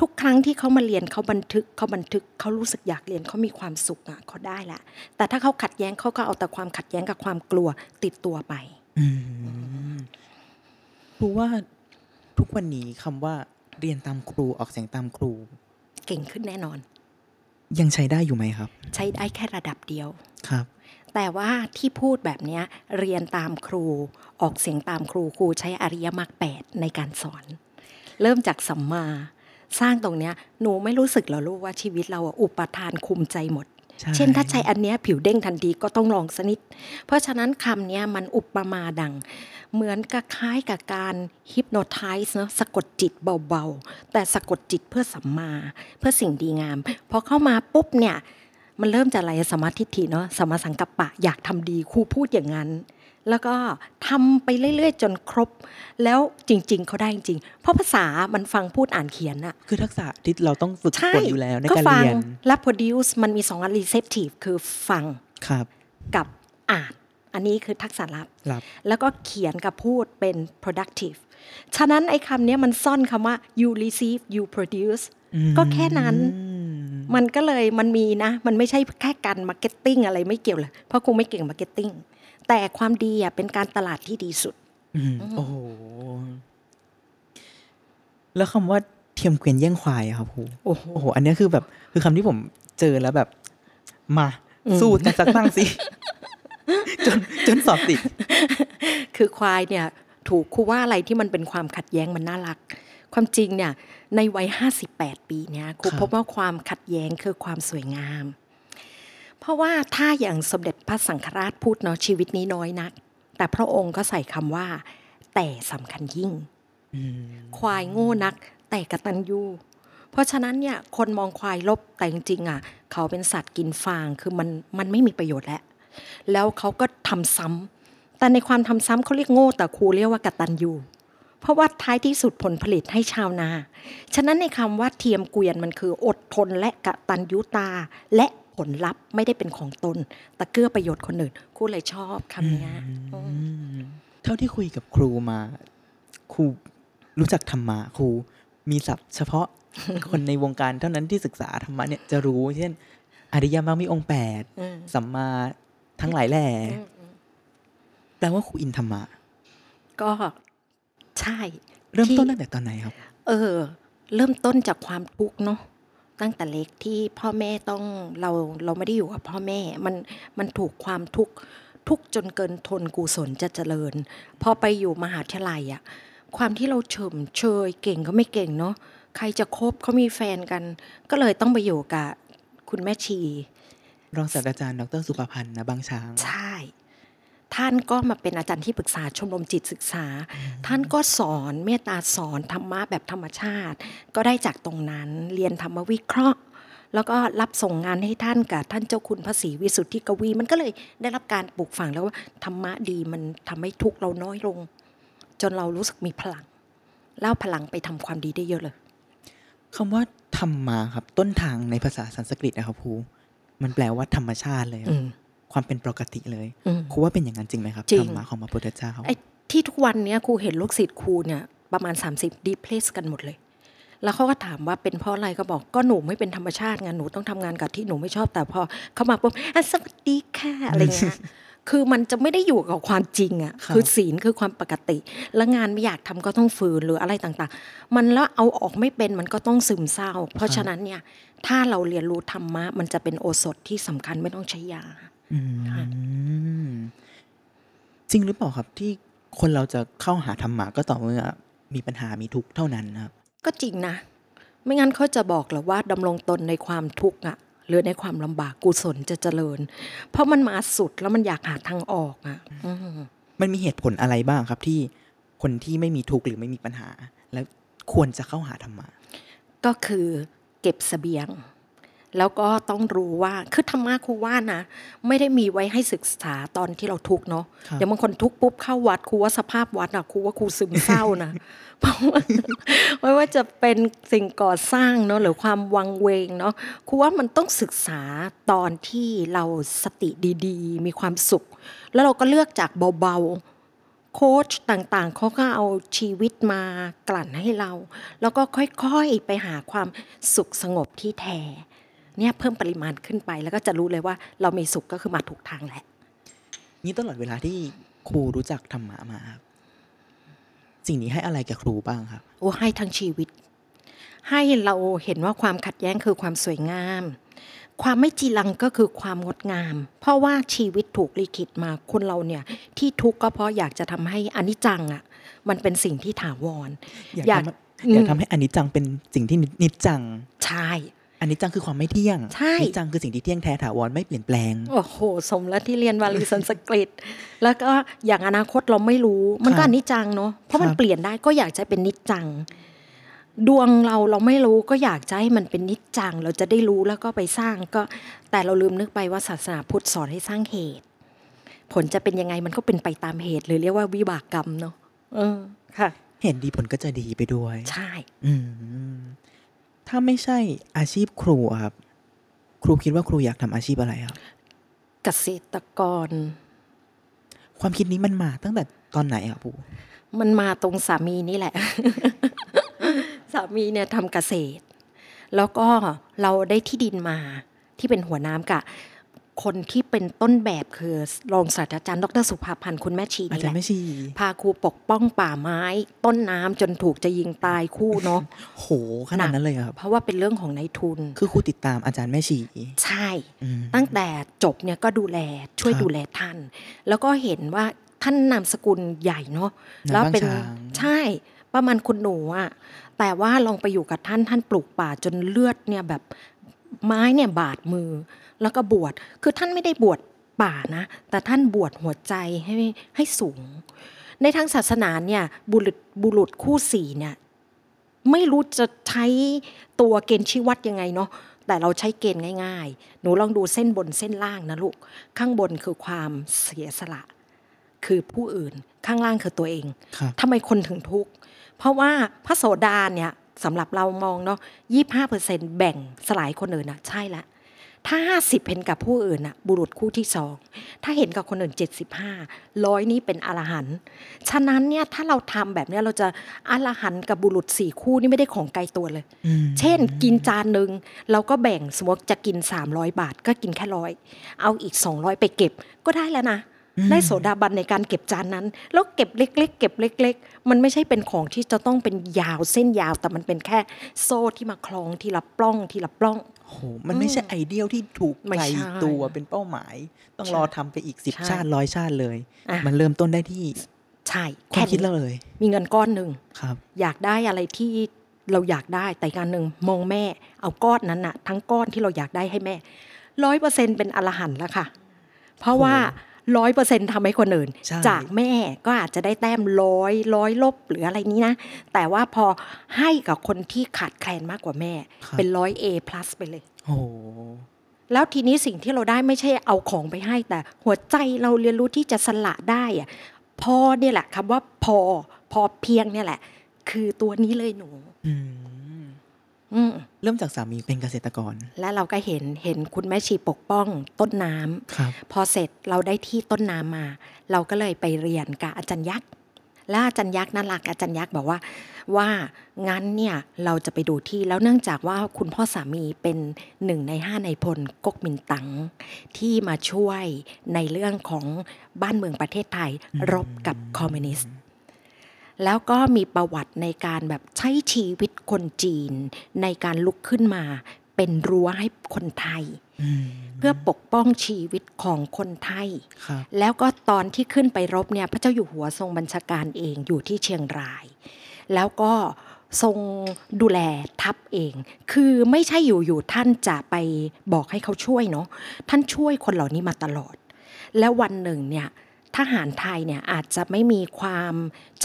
ทุกครั้งที่เขามาเรียนเขาบันทึกเขาบันทึกเขารู้สึกอยากเรียนเขามีความสุขอ่ะเขาได้ละแต่ถ้าเขาขัดแย้งเขาก็เอาแต่ความขัดแย้งกับความกลัวติดตัวไป อืมครูว่าทุกวันนี้คำว่าเรียนตามครูออกเสียงตามครู เก่งขึ้นแน่นอน ยังใช้ได้อยู่ไหมครับ ใช้ได้แค่ระดับเดียว ครับ แต่ว่าที่พูดแบบเนี้ยเรียนตามครูออกเสียงตามครูครูใช้อริยมรรคแปดในการสอน เริ่มจากสัมมา สร้างตรงเนี้ยหนูไม่รู้สึกเหรอลูกว่าชีวิตเราอะอุปทานคุมใจหมด ใช่ เช่นถ้าใช้อันเนี้ยผิวเด้งทันทีก็ต้องลองสกนิด เพราะฉะนั้นคำเนี้ยมันอุปมาดัง เหมือนกับคล้ายกับการฮิปโนไทส์เนอะสะกดจิตเบาๆ แต่สะกดจิตเพื่อสัมมา เพื่อสิ่งดีงาม พอเข้ามาปุ๊บเนี่ย มันเริ่มจากอะไรสมมาทิฏฐิเนาะสมมาสังกัปปะอยากทำดีครูพูดอย่างนั้น แล้วก็ทำไปเรื่อยๆ จนครบ แล้วจริง ๆเขาได้จริงๆเพราะภาษามันฟังพูดอ่านเขียนอะ คือทักษะที่เราต้องฝึก ใช่ ฝนอยู่แล้วใน ก็ การ ฟัง เรียน และ produce มันมีสองอัน receptive คือฟัง ครับ กับอ่าน อันนี้คือทักษะลับ รับ แล้วก็เขียนกับพูดเป็น productive ฉะนั้นไอ้คำเนี้ยมันซ่อนคำว่า you receive you produce อืม ก็แค่นั้น มันก็เลยมันมีนะ มันไม่ใช่แค่การมาร์เก็ตติ้งอะไรไม่เกี่ยวเลยเพราะกูไม่เก่งมาร์เก็ตติ้งแต่ความดีอ่ะเป็นการตลาดที่ดีสุด อืมโอ้โห แล้วคำว่าเทียมเกวียนแย่งควายอะครับครู โอ้โห โอ้โห อันเนี้ยคือแบบ คือคำที่ผมเจอแล้วแบบ มา สู้แต่สักตั้ง <laughs> สิ จนจนสอบติด <laughs> คือควายเนี่ยถูกครูว่าอะไรที่มันเป็นความขัดแย้งมันน่ารัก ความจริงเนี่ยในวัย 58 ปีเนี่ยครู ครับ พบว่าความขัดแย้งคือความสวยงาม เพราะว่าถ้าอย่างสมเด็จพระสังฆราชพูดเนาะชีวิตนี้น้อยนัก แต่พระองค์ก็ใส่คำว่า แต่สำคัญยิ่ง อืม ควายโง่นักแต่กระตันยูเพราะฉะนั้นเนี่ยคนมองควายลบแต่จริงๆอ่ะเขาเป็นสัตว์กินฟางคือมันมันไม่มีประโยชน์แล้ว แล้วเขาก็ทำซ้ำแต่ในความทำซ้ำเขาเรียกโง่แต่ครูเรียกว่ากระตันยูเพราะว่าท้ายที่สุดผลผลิตให้ชาวนา ฉะนั้นในคำว่าเทียมเกวียนมันคืออดทนและกะตันยุตา และผลลัพธ์ไม่ได้เป็นของตน แต่เกื้อประโยชน์คนอื่นครูเลยชอบคำเนี้ยอืม เท่าที่คุยกับครูมา ครูรู้จักธรรมะครู มีศัพท์เฉพาะ คนในวงการเท่านั้นที่ศึกษาธรรมะเนี่ยจะรู้ เช่น อริยมรรคมีองค์แปด อืม สัมมาทั้งหลายแหล่ อืมอืม แปลว่าครูอินธรรมะ ก็ใช่ เริ่มต้ที่นตั้งแต่ตอนไหนครับ เออ เริ่มต้นจากความทุกข์เนาะตั้งแต่เล็กที่พ่อแม่ต้องเราเราไม่ได้อยู่กับพ่อแม่ มันมันถูกความทุกข์ทุกข์จนเกินทนกุศลจะเจริญ พอไปอยู่มหาวิทยาลัยอะความที่เราเฉมเชยเก่งก็ไม่เก่งเนาะใครจะคบเขามีแฟนกัน ก็เลยต้องไปอยู่กับคุณแม่ชี รองศาสตราจารย์ดรสุภพันธ์นะบางช้าง ใช่ ท่านก็มาเป็นอาจารย์ที่ปรึกษาชมรมจิตศึกษา ท่านก็สอนเมตตาสอนธรรมะแบบธรรมชาติ ก็ได้จากตรงนั้นเรียนธรรมวิเคราะห์ แล้วก็รับส่งงานให้ท่านกับท่านเจ้าคุณพระศรีวิสุทธิกวี มันก็เลยได้รับการปลูกฝังแล้วว่าธรรมะดีมันทำให้ทุกข์เราน้อยลง จนเรารู้สึกมีพลังเล่าพลังไปทำความดีได้เยอะเลย คำว่าธรรมาครับ ต้นทางในภาษาสันสกฤตนะครับครูมันแปลว่าธรรมชาติเลยครัอืบม ความเป็นปกติเลย อืม ครูว่าเป็นอย่างนั้นจริงไหมครับ จริง ธรรมะของพระพุทธเจ้า ไอ้ที่ทุกวันเนี้ยครูเห็นลูกศิษย์ครูเนี่ยประมาณ 30 ดีเพลสกันหมดเลย แล้วเขาก็ถามว่าเป็นเพราะอะไรก็บอกก็หนูไม่เป็นธรรมชาติไงหนูต้องทำงานกับที่หนูไม่ชอบแต่พอเข้ามาปุ๊บอ่ะสวัสดีค่ะอะไรเงี้ย คือมันจะไม่ได้อยู่กับความจริงอ่ะคือศีลคือความปกติ แล้วงานไม่อยากทำก็ต้องฝืนหรืออะไรต่างๆ มันแล้วเอาออกไม่เป็นมันก็ต้องซึมเศร้า เพราะฉะนั้นเนี่ยถ้าเราเรียนรู้ธรรมะมันจะเป็นโอสถที่สำคัญไม่ต้องใช้ยา อืมจริงหรือเปล่าครับที่คนเราจะเข้าหาธรรมะก็ต่อเมื่อมีปัญหามีทุกข์เท่านั้นนะครับ ก็จริงนะ ไม่งั้นเขาจะบอกเหรอว่าดำรงตนในความทุกข์อะหรือในความลำบากกุศลจะเจริญ เพราะมันมาสุดแล้วมันอยากหาทางออกอะอืม มันมีเหตุผลอะไรบ้างครับที่คนที่ไม่มีทุกข์หรือไม่มีปัญหา แล้วควรจะเข้าหาธรรมะ ก็คือเก็บเสบียง แล้วก็ต้องรู้ว่าคือธรรมะครูว่านะ ไม่ได้มีไว้ให้ศึกษาตอนที่เราทุกข์เนาะ ครับ อย่างบางคนทุกข์ปุ๊บเข้าวัดครูว่าสภาพวัดอะครูว่าครูซึมเศร้านะ <laughs> เพราะว่าไม่ว่าจะเป็นสิ่งก่อสร้างเนาะหรือความวังเวงเนาะครูว่ามันต้องศึกษาตอนที่เราสติดี ๆ มีความสุข แล้วเราก็เลือกจากเบาๆโค้ชต่างๆเขาก็เอาชีวิตมากลั่นให้เรา แล้วก็ค่อยๆไปหาความสุขสงบที่แท้ เนี่ยเพิ่มปริมาณขึ้นไปแล้วก็จะรู้เลยว่าเรามีสุขก็คือมาถูกทางแหละ นี่ตลอดเวลาที่ครูรู้จักธรรมะมาครับสิ่งนี้ให้อะไรกับครูบ้างครับ โอ้ให้ทั้งชีวิต ให้เราเห็นว่าความขัดแย้งคือความสวยงาม ความไม่จีรังก็คือความงดงาม เพราะว่าชีวิตถูกลิขิตมาคนเราเนี่ย ที่ทุกข์ก็เพราะอยากจะทำให้อนิจจังอ่ะ มันเป็นสิ่งที่ถาวร อยาก อยาก ทำอืมให้อยากทำให้อนิจจังเป็นสิ่งที่นินิจจัง ใช่ อนิจจังคือความไม่เที่ยง ใช่ นิจจังคือสิ่งที่เที่ยงแท้ถาวรไม่เปลี่ยนแปลง โอ้โห สมแล้วที่เรียนวาลีสันสกฤต <laughs> แล้วก็อย่างอนาคตเราไม่รู้ มันก็ ครับ อนิจจังเนาะ เพราะมัน ครับ เปลี่ยนได้ก็อยากจะเป็นนิจจัง ดวงเราเราไม่รู้ก็อยากจะให้มันเป็นนิจจัง เราจะได้รู้แล้วก็ไปสร้างก็ แต่เราลืมนึกไปว่าศาสนาพุทธสอนให้สร้างเหตุ ผลจะเป็นยังไงมันก็เป็นไปตามเหตุหรือเรียกว่าวิบากกรรมเนาะเออค่ะ เห็นดีผลก็จะดีไปด้วย ใช่ อืมถ้าไม่ใช่อาชีพครูอะครับ ครูคิดว่าครูอยากทำอาชีพอะไรครับ เกษตรกร ความคิดนี้มันมาตั้งแต่ตอนไหนครับครู มันมาตรงสามีนี่แหละ <laughs> สามีเนี่ยทำเกษตร แล้วก็เราได้ที่ดินมาที่เป็นหัวน้ำกะ คนที่เป็นต้นแบบคือรองศาสตราจารย์ดรสุภาพันธ์คุณแม่ชี อา นี่แหจารละย์ไม่ชี พาครูปกป้องป่าไม้ ต้นน้ำจนถูกจะยิงตายคู่เนาะ โหขนาดนั้นเลยเหรอครั <laughs> บเพราะว่าเป็นเรื่องของนายทุน คือครูติดตามอาจารย์แม่ชี ใช่ อืม ตั้งแต่จบเนี่ยก็ดูแลช่วย ครับ ดูแลท่าน แล้วก็เห็นว่าท่านนามสกุลใหญ่เนาะ นาม แล้วเป็น บ้านช้าง ใช่ประมาณคุณหนูอะแต่ว่าลองไปอยู่กับท่านท่านปลูกป่าจนเลือดเนี่ยแบบไม้เนี่ยบาดมือ แล้วก็บวชคือท่านไม่ได้บวชป่านะ แต่ท่านบวชหัวใจให้ให้สูง ในทางศาสนาเนี่ยบุรุษบุรุษคู่สีเนี่ย ไม่รู้จะใช้ตัวเกณฑ์ชี้วัดยังไงเนาะแต่เราใช้เกณฑ์ง่าย ๆ หนูลองดูเส้นบนเส้นล่างนะลูก ข้างบนคือความเสียสละ คือผู้อื่นข้างล่างคือตัวเอง ครับ ทำไมคนถึงทุกข์เพราะว่าพระโสดาเนี่ยสำหรับเรามองเนาะ25%แบ่งสลายคนอื่นนะใช่ละ ถ้าห้าสิบเห็นกับผู้อื่นอะบุรุษคู่ที่สองถ้าเห็นกับคนอื่นเจ็ดสิบห้าร้อยนี้เป็นอรหันต์ฉะนั้นเนี่ยถ้าเราทำแบบเนี้ยเราจะอรหันต์กับบุรุษสี่คู่นี่ไม่ได้ของไกลตัวเลย อืม เช่น กินจานหนึ่งเราก็แบ่งสมมติจะกิน 300 บาทก็กินแค่ร้อยเอาอีก 200 ไปเก็บก็ได้แล้วนะ ได้โสดาบันในการเก็บจานนั้น แล้วเก็บเล็ก ๆ เก็บเล็ก ๆ มันไม่ใช่เป็นของที่จะต้องเป็นยาวเส้นยาว แต่มันเป็นแค่โซ่ที่มาคล้องทีละปล้องทีละปล้อง โอ้โหมันไม่ใช่ไอเดียลที่ถูก ไม่ ไกล ใช่ ตัวเป็นเป้าหมาย ต้อง ใช่ รอทำไปอีกสิบ ใช่ ชาติร้อยชาติเลย อ่ะ มันเริ่มต้นได้ที่ ใช่ ค แค่ วามคิด นี้ เราเลย มีเงินก้อนหนึ่ง ครับ อยากได้อะไรที่เราอยากได้แต่อีกการหนึ่งมองแม่ เอาก้อนนั้นน่ะ ทั้งก้อนที่เราอยากได้ให้แม่ร้อยเปอร์เซ็นเป็นอรหันต์แล้วค่ะ เพราะว่าร้อยเปอร์เซ็นทำให้คนอื่น ใช่ จากแม่ก็อาจจะได้แต้มร้อยร้อยลบหรืออะไรนี้นะ แต่ว่าพอให้กับคนที่ขาดแคลนมากกว่าแม่ เป็นร้อย A plus ไปเลย โอ้โห แล้วทีนี้สิ่งที่เราได้ไม่ใช่เอาของไปให้ แต่หัวใจเราเรียนรู้ที่จะสละได้อะพอเนี่ยแหละคำว่าพอพอเพียงเนี่ยแหละ คือตัวนี้เลยหนู อืม อืม เริ่มจากสามีเป็นเกษตรกร และเราก็เห็นเห็นคุณแม่ชีปกป้องต้นน้ำ ครับ พอเสร็จเราได้ที่ต้นน้ำมา เราก็เลยไปเรียนกับอาจารย์ยักษ์และอาจารย์ยักษ์น่ารักอาจารย์ยักษ์บอกว่า ว่างั้นเนี่ยเราจะไปดูที่แล้วเนื่องจากว่าคุณพ่อสามีเป็นหนึ่งในห้าในายพลก๊กมินตังที่มาช่วยในเรื่องของบ้านเมืองประเทศไทยรบกับคอมมิวนิสต์ แล้วก็มีประวัติในการแบบใช้ชีวิตคนจีน ในการลุกขึ้นมาเป็นรั้วให้คนไทย อืม เพื่อปกป้องชีวิตของคนไทย ครับ แล้วก็ตอนที่ขึ้นไปรบเนี่ยพระเจ้าอยู่หัวทรงบัญชาการเองอยู่ที่เชียงราย แล้วก็ทรงดูแลทัพเอง คือไม่ใช่อยู่ๆท่านจะไปบอกให้เขาช่วยเนาะท่านช่วยคนเหล่านี้มาตลอด แล้ววันหนึ่งเนี่ยทหารไทยเนี่ยอาจจะไม่มีความ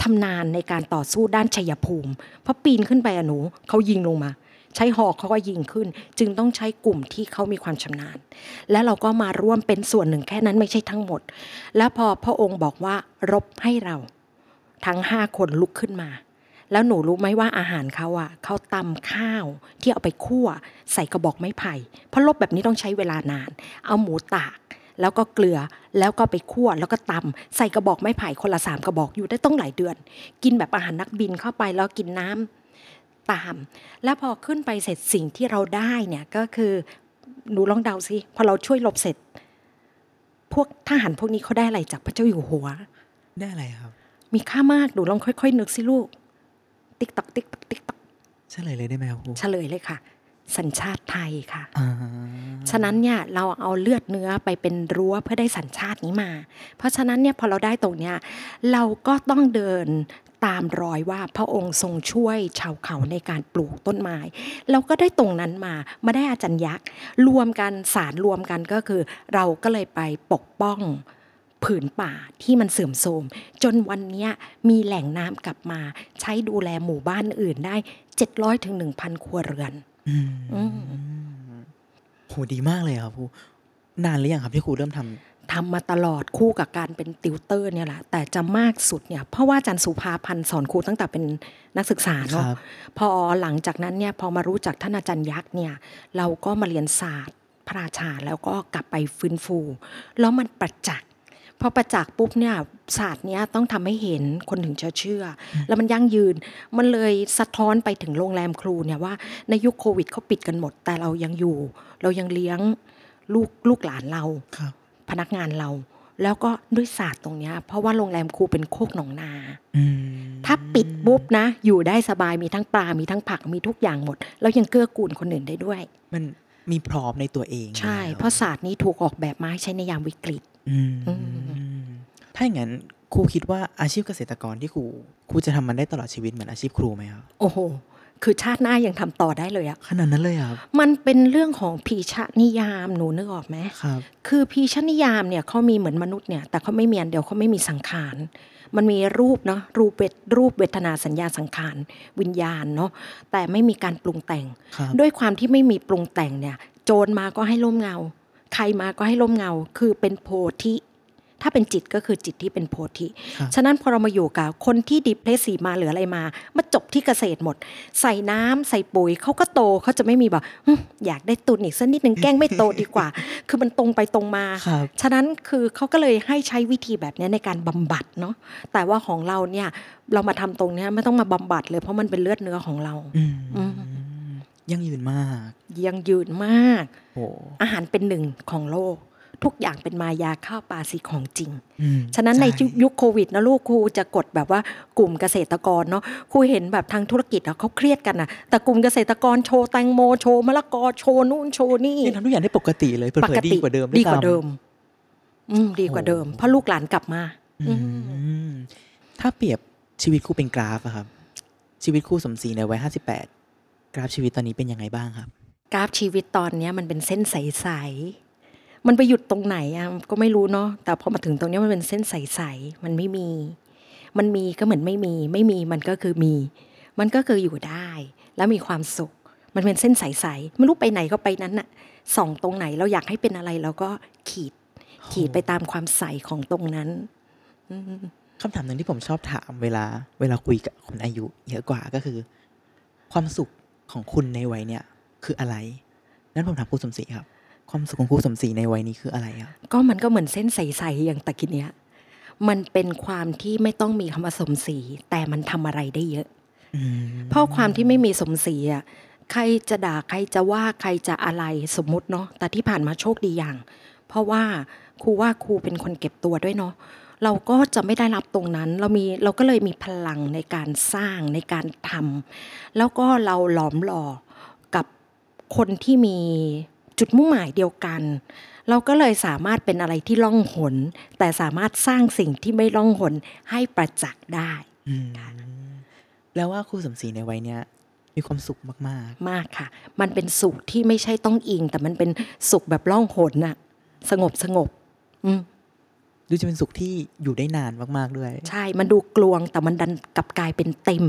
ชำนาญในการต่อสู้ด้านชัยภูมิเพราะปีนขึ้นไปอะหนูเขายิงลงมา ใช้หอกเขาก็ยิงขึ้น จึงต้องใช้กลุ่มที่เขามีความชำนาญ และเราก็มาร่วมเป็นส่วนหนึ่งแค่นั้นไม่ใช่ทั้งหมด แล้วพอพระองค์บอกว่ารบให้เรา ทั้งห้าคนลุกขึ้นมา แล้วหนูรู้ไหมว่าอาหารเขาอ่ะเขาตำข้าวที่เอาไปคั่ว ใส่กระบอกไม้ไผ่เพราะรบแบบนี้ต้องใช้เวลานาน เอาหมูตาก แล้วก็เกลือแล้วก็ไปคั่วแล้วก็ตำใส่กระบอกไม้ไผ่คนละสามกระบอกอยู่ได้ต้องหลายเดือน กินแบบอาหารนักบินเข้าไปแล้วกินน้ำตาม แล้วพอขึ้นไปเสร็จสิ่งที่เราได้เนี่ยก็คือหนูลองเดาสิพอเราช่วยรบเสร็จ พวกทหารพวกนี้เขาได้อะไรจากพระเจ้าอยู่หัว ได้อะไรครับ มีค่ามากดูลองค่อยๆนึกสิลูก ติ๊กตักติ๊กตักติ๊กตัก เฉลยเลยได้ไหมครับครู เฉลยเลยค่ะ สัญชาติไทยค่ะ อ่า ฉะนั้นเนี่ยเราเอาเลือดเนื้อไปเป็นรั้วเพื่อได้สัญชาตินี้มา เพราะฉะนั้นเนี่ยพอเราได้ตรงเนี้ยเราก็ต้องเดินตามรอยว่าพระองค์ทรงช่วยชาวเขาในการปลูกต้นไม้ เราก็ได้ตรงนั้นมามาได้อาจารย์ยักษ์รวมกันสารรวมกันก็คือ เราก็เลยไปปกป้องผืนป่าที่มันเสื่อมโทรมจนวันเนี้ยมีแหล่งน้ำกลับมา ใช้ดูแลหมู่บ้านอื่นได้ 700ถึง1,000 ครัวเรือน อืม อื โหดีมากเลยครับครูนานหรือยังครับที่ครูเริ่มทำ ทำมาตลอดคู่กับการเป็นติวเตอร์เนี่ยแหละแต่จะมากสุดเนี่ยเพราะว่าอาจารย์สุภาพันธ์สอนครูตั้งแต่เป็นนักศึกษา ค เนาะ รับ พอหลังจากนั้นเนี่ยพอมารู้จักท่านอาจารย์ยักษ์เนี่ยเราก็มาเรียนศาสตร์พระราชาแล้วก็กลับไปฟื้นฟู แล้วมันประจักษ์พอประจักษ์ปุ๊บเนี่ยศาสตร์เนี้ยต้องทำให้เห็นคนถึงจะเชื่อ แล้วมันยั่งยืนมันเลยสะท้อนไปถึงโรงแรมครูเนี่ยว่าในยุคโควิดเขาปิดกันหมด แต่เรายังอยู่ เรายังเลี้ยงลูกลูกหลานเรา ครับ พนักงานเรา แล้วก็ด้วยศาสตร์ตรงเนี้ยเพราะว่าโรงแรมครูเป็นโคกหนองนา อืม ถ้าปิดปุ๊บนะ อยู่ได้สบายมีทั้งปลา มีทั้งผักมีทุกอย่างหมด แล้วยังเกื้อกูลคนอื่นได้ด้วย มันมีพร้อมในตัวเอง ใช่ อยู่แล้ว เพราะศาสตร์นี้ถูกออกแบบมาให้ใช้ในยามวิกฤต อืม อื ถ้าอย่างนั้นครูคิดว่าอาชีพเกษตรกรที่ครูครูจะทำมันได้ตลอดชีวิตเหมือนอาชีพครูไหมครับ โอ้โห คือชาติหน้ายังทำต่อได้เลยอะ ขนาดนั้นเลยครับ มันเป็นเรื่องของพีชนิยามหนูนึกออกไหม ครับ คือพีชนิยามเนี่ยเขามีเหมือนมนุษย์เนี่ยแต่เขาไม่มีอันเดียวเขาไม่มีสังขาร มันมีรูปเนาะรูปเวทรูปเวทนาสัญญาสังขารวิญญาณเนาะแต่ไม่มีการปรุงแต่ง ครับ ด้วยความที่ไม่มีปรุงแต่งเนี่ย โจรมาก็ให้ร่มเงา ใครมาก็ให้ร่มเงา คือเป็นโพธิ ถ้าเป็นจิตก็คือจิตที่เป็นโพธิ ครับ ฉะนั้นพอเรามาอยู่กับคนที่ดิเพรสซีมาหรืออะไรมามาจบที่เกษตรหมด ใส่น้ำใส่ปุ๋ยเขาก็โตเขาจะไม่มีแบบหึ่มอยากได้ตุนอีกสักนิดหนึ่งแกล้งไม่โตดีกว่า <laughs> คือมันตรงไปตรงมา ครับ ฉะนั้นคือเขาก็เลยให้ใช้วิธีแบบเนี้ยในการบำบัดเนาะแต่ว่าของเราเนี่ยเรามาทำตรงเนี้ยไม่ต้องมาบำบัดเลยเพราะมันเป็นเลือดเนื้อของเรา อืม อื ยั่งยืนมาก ยังยืนมาก โอ้ อาหารเป็นหนึ่งของโลก ทุกอย่างเป็นมายาข้าวปลาสีของจริง อืม ฉะนั้นใน ช่ ยุคโควิดนะลูกครูจะกดแบบว่ากลุ่มเกษตรกรเนาะครูเห็นแบบทางธุรกิจอะเขาเครียดกันอะแต่กลุ่มเกษตรกรโชว์แตงโมโชว์มะละกอโชว์นู่นโชว์นี่ ยังทำทุกอย่างได้ปกติเลยเผล ปก อๆ ติ ดีกว่าเดิมวย ดีกว่า ซ้ำ เดิม อืมดีกว่าเดิม โอ้ เพราะลูกหลานกลับมา อืม มถ้าเปรียบชีวิตคู่เป็นกราฟอะครับ ชีวิตคู่สมศรีในวัยห้าสิบแปดกราฟชีวิตตอนนี้เป็นยังไงบ้างครับ กราฟชีวิตตอนเนี้ยมันเป็นเส้นใสๆ มันไปหยุดตรงไหนอะก็ไม่รู้เนาะ แต่พอมาถึงตรงเนี้ยมันเป็นเส้นใสๆ มันไม่มี มันมีก็เหมือนไม่มี ไม่มีมันก็คือมี มันก็คืออยู่ได้ แล้วมีความสุข มันเป็นเส้นใสๆ ไม่รู้ไปไหนก็ไปนั้นน่ะ ส่องตรงไหนเราอยากให้เป็นอะไรเราก็ขีด ขีดไปตามความใสของตรงนั้น อืม คำถามหนึ่งที่ผมชอบถามเวลา เวลาคุยกับคนอายุเยอะกว่าก็คือ ความสุขของคุณในวัยเนี่ยคืออะไร นั้นผมถามครูสมศรีครับ ความสุขของครูสมศรีในวัยนี้คืออะไรครับ ก็มันก็เหมือนเส้นใสๆอย่างตะกี้เนี้ย มันเป็นความที่ไม่ต้องมีคำว่าสมศรีแต่มันทำอะไรได้เยอะ อืม เพราะความที่ไม่มีสมศรีอ่ะใครจะด่าใครจะว่าใครจะอะไรสมมุติเนาะแต่ที่ผ่านมาโชคดีอย่าง เพราะว่าครูว่าครูเป็นคนเก็บตัวด้วยเนาะเราก็จะไม่ได้รับตรงนั้น เรามีเราก็เลยมีพลังในการสร้างในการทำแล้วก็เราหลอมหล่อกับคนที่มีจุดมุ่งหมายเดียวกัน เราก็เลยสามารถเป็นอะไรที่ล่องหน แต่สามารถสร้างสิ่งที่ไม่ล่องหนให้ประจักษ์ได้ อืมแล้วว่าครูสมศรีในวัยเนี้ยมีความสุขมาก มากค่ะ มันเป็นสุขที่ไม่ใช่ต้องอิง แต่มันเป็นสุขแบบล่องหนน่ะ สงบสงบอืม ๆ ดูจะเป็นสุขที่อยู่ได้นานมากๆด้วย ใช่ มันดูกลวงแต่มันดันกลับกลายเป็นเต็ม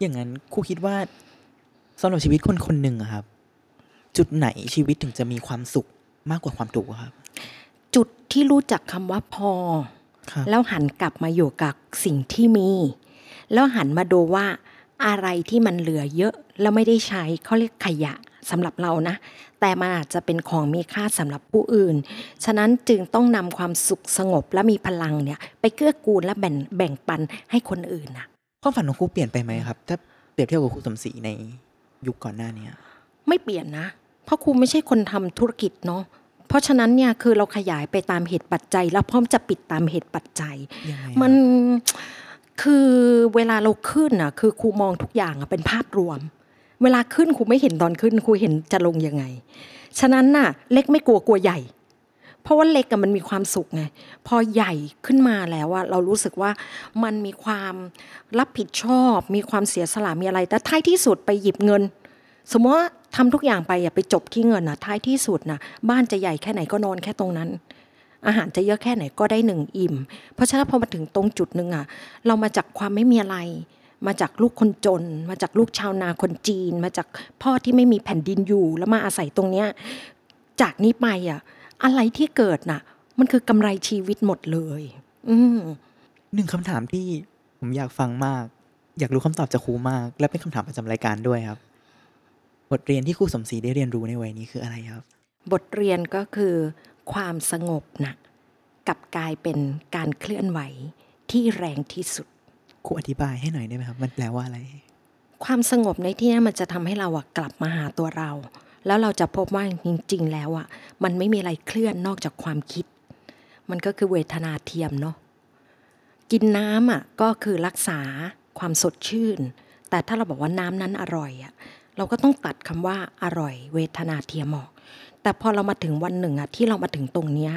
อย่างนั้นครูคิดว่าสำหรับชีวิตคนคนหนึ่งอะครับ จุดไหนชีวิตถึงจะมีความสุขมากกว่าความทุกข์อะครับ จุดที่รู้จักคำว่าพอ ครับ แล้วหันกลับมาอยู่กับสิ่งที่มี แล้วหันมาดูว่าอะไรที่มันเหลือเยอะ แล้วไม่ได้ใช้เขาเรียกขยะสำหรับเรานะ แต่มันอาจจะเป็นของมีค่าสำหรับผู้อื่น ฉะนั้นจึงต้องนำความสุขสงบและมีพลังเนี่ย ไปเกื้อกูลและแบ่งแบ่งปันให้คนอื่นนะ ความฝันของครูเปลี่ยนไปไหมครับ ถ้าเปรียบเทียบกับครูสมศรีในยุคก่อนหน้าเนี้ย ไม่เปลี่ยนนะ เพราะครูไม่ใช่คนทำธุรกิจเนาะ เพราะฉะนั้นเนี่ยคือเราขยายไปตามเหตุปัจจัย แล้วพร้อมจะปิดตามเหตุปัจจัย ยังไง มันคือเวลาเราขึ้นอ่ะคือครูมองทุกอย่างอะเป็นภาพรวม เวลาขึ้นครูไม่เห็นตอนขึ้นครูเห็นจะลงยังไง ฉะนั้นน่ะ เล็กไม่กลัวกลัวใหญ่ เพราะว่าเล็กอะมันมีความสุขไงพอใหญ่ขึ้นมาแล้วอะเรารู้สึกว่ามันมีความรับผิดชอบ มีความเสียสละมีอะไร แต่ท้ายที่สุดไปหยิบเงิน สมมติว่าทำทุกอย่างไปอะไปจบที่เงินนะท้ายที่สุดนะบ้านจะใหญ่แค่ไหนก็นอนแค่ตรงนั้น อาหารจะเยอะแค่ไหนก็ได้หนึ่งอิ่ม เพราะฉะนั้นพอมาถึงตรงจุดหนึ่งอะเรามาจากความไม่มีอะไร มาจากลูกคนจน มาจากลูกชาวนาคนจีน มาจากพ่อที่ไม่มีแผ่นดินอยู่ แล้วมาอาศัยตรงเนี้ยจากนี้ไปอะอะไรที่เกิดน่ะ มันคือกำไรชีวิตหมดเลย อืม หนึ่งคำถามที่ผมอยากฟังมาก อยากรู้คำตอบจากครูมาก และเป็นคำถามประจำรายการด้วยครับ บทเรียนที่ครูสมศรีได้เรียนรู้ในวัยนี้คืออะไรครับ บทเรียนก็คือความสงบนะกลับกลายเป็นการเคลื่อนไหวที่แรงที่สุด ครูอธิบายให้หน่อยได้ไหมครับ มันแปลว่าอะไร ความสงบในที่นี้มันจะทำให้เราอะกลับมาหาตัวเรา แล้วเราจะพบว่าจริงๆ แล้วอะมันไม่มีอะไรเคลื่อนนอกจากความคิด มันก็คือเวทนาเทียมเนาะกินน้ำอะก็คือรักษาความสดชื่น แต่ถ้าเราบอกว่าน้ำนั้นอร่อยอะเราก็ต้องตัดคำว่าอร่อย เวทนาเทียมออก แต่พอเรามาถึงวันหนึ่งอะที่เรามาถึงตรงเนี้ย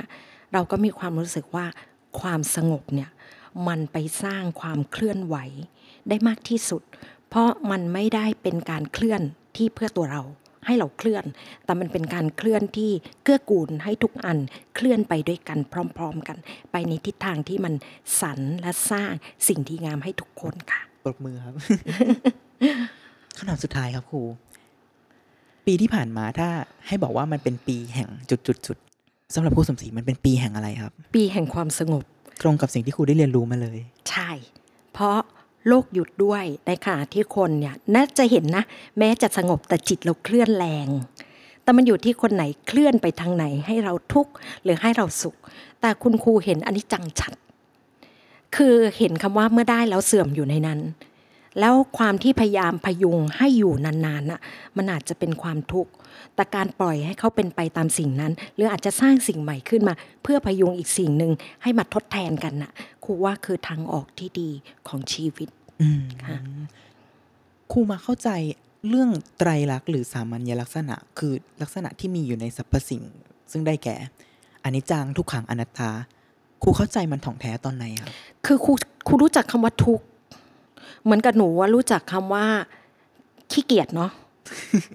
เราก็มีความรู้สึกว่าความสงบเนี่ยมันไปสร้างความเคลื่อนไหว ได้มากที่สุด เพราะมันไม่ได้เป็นการเคลื่อนที่เพื่อตัวเรา ให้เราเคลื่อน แต่มันเป็นการเคลื่อนที่เกื้อกูลให้ทุกอันเคลื่อนไปด้วยกันพร้อม ๆ กัน ไปในทิศทางที่มันสรรและสร้างสิ่งที่งามให้ทุกคนค่ะ ปรบมือครับ <laughs> คำถามสุดท้ายครับครู ปีที่ผ่านมาถ้าให้บอกว่ามันเป็นปีแห่งจุดจุดจุด สำหรับครูสมศรีมันเป็นปีแห่งอะไรครับ ปีแห่งความสงบ ตรงกับสิ่งที่ครูได้เรียนรู้มาเลย ใช่ เพราะโลกหยุดด้วยในขณะที่คนเนี่ยน่าจะเห็นนะ แม้จะสงบแต่จิตเราเคลื่อนแรง แต่มันอยู่ที่คนไหนเคลื่อนไปทางไหนให้เราทุกข์หรือให้เราสุข แต่คุณครูเห็นอันนี้จังชัด คือเห็นคำว่าเมื่อได้แล้วเสื่อมอยู่ในนั้น แล้วความที่พยายามพยุงให้อยู่นานๆน่ะมันอาจจะเป็นความทุกข์แต่การปล่อยให้เขาเป็นไปตามสิ่งนั้น หรืออาจจะสร้างสิ่งใหม่ขึ้นมา เพื่อพยุงอีกสิ่งหนึ่งให้มาทดแทนกันน่ะครูว่าคือทางออกที่ดีของชีวิต อืม ค่ะ ครูมาเข้าใจเรื่องไตรลักษณ์หรือสามัญลักษณะ คือลักษณะที่มีอยู่ในสรรพสิ่ง ซึ่งได้แก่อนิจจังทุกขังอนัตตาครูเข้าใจมันถ่องแท้ตอนไหนครับ คือครูครูรู้จักคำว่าทุกข์เหมือนกับหนูว่ารู้จักคำว่าขี้เกียจเนาะ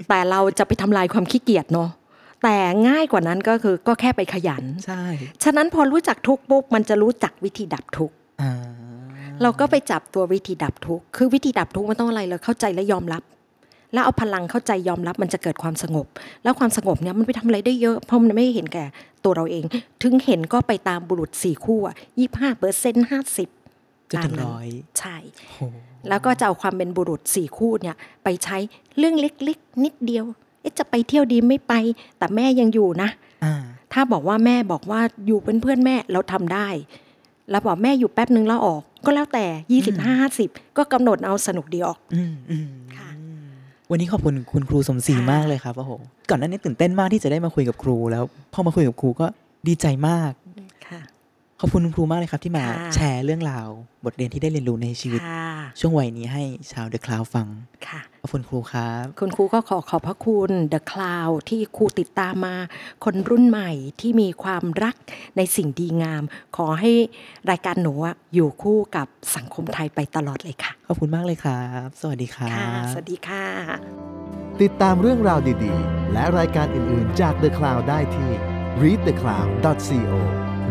แต่เราจะไปทำลายความขี้เกียจเนาะแต่ง่ายกว่านั้นก็คือก็แค่ไปขยัน ใช่ ฉะนั้นพอรู้จักทุกข์ปุ๊บมันจะรู้จักวิธีดับทุกข์ อ่า เราก็ไปจับตัววิธีดับทุกข์ คือวิธีดับทุกข์มันต้องอะไรเลยเข้าใจและยอมรับ แล้วเอาพลังเข้าใจยอมรับมันจะเกิดความสงบ แล้วความสงบเนี่ยมันไปทำอะไรได้เยอะ เพราะมันไม่เห็นแก่ตัวเราเอง ถึงเห็นก็ไปตามบุรุษสี่คู่อ่ะยี่ห้าเปอร์เซ็นต์ห้าสิบ จะถึงร้อย ใช่ โอ้โห แล้วก็จะเอาความเป็นบุรุษสี่คู่เนี่ยไปใช้เรื่องเล็กๆ นิดเดียว เอ๊ะจะไปเที่ยวดีไม่ไป แต่แม่ยังอยู่นะ อ่า ถ้าบอกว่าแม่บอกว่าอยู่เป็นเพื่อนแม่เราทำได้ แล้วบอกแม่อยู่แป๊บนึงแล้วออก ก็แล้วแต่ยี่สิบห้าสิบก็กำหนดเอาสนุกดีออก อืมอืม ค่ะ วันนี้ขอบคุณคุณครูสมศรี ค่ะ มากเลยครับโอ้โหก่อนหน้านี้ตื่นเต้นมากที่จะได้มาคุยกับครู แล้วพอมาคุยกับครูก็ดีใจมาก ค่ะ ขอบคุณคุณครูมากเลยครับที่มา ค่ะ แชร์เรื่องราว บทเรียนที่ได้เรียนรู้ในชีวิต ค่ะ ช่วงวัยนี้ให้ชาวเดอะคลาวฟัง ค่ะ ขอบคุณครูครับ คุณครูก็ขอขอบพระคุณ The Cloud ที่ครูติดตามมา คนรุ่นใหม่ที่มีความรักในสิ่งดีงาม ขอให้รายการหนูอะอยู่คู่กับสังคมไทยไปตลอดเลยค่ะ ขอบคุณมากเลยครับ สวัสดีครั ค่ะ บ สวัสดีค่ะ ติดตามเรื่องราวดีๆ และรายการอื่นๆจาก The Cloud ได้ที่ readthecloud.co ห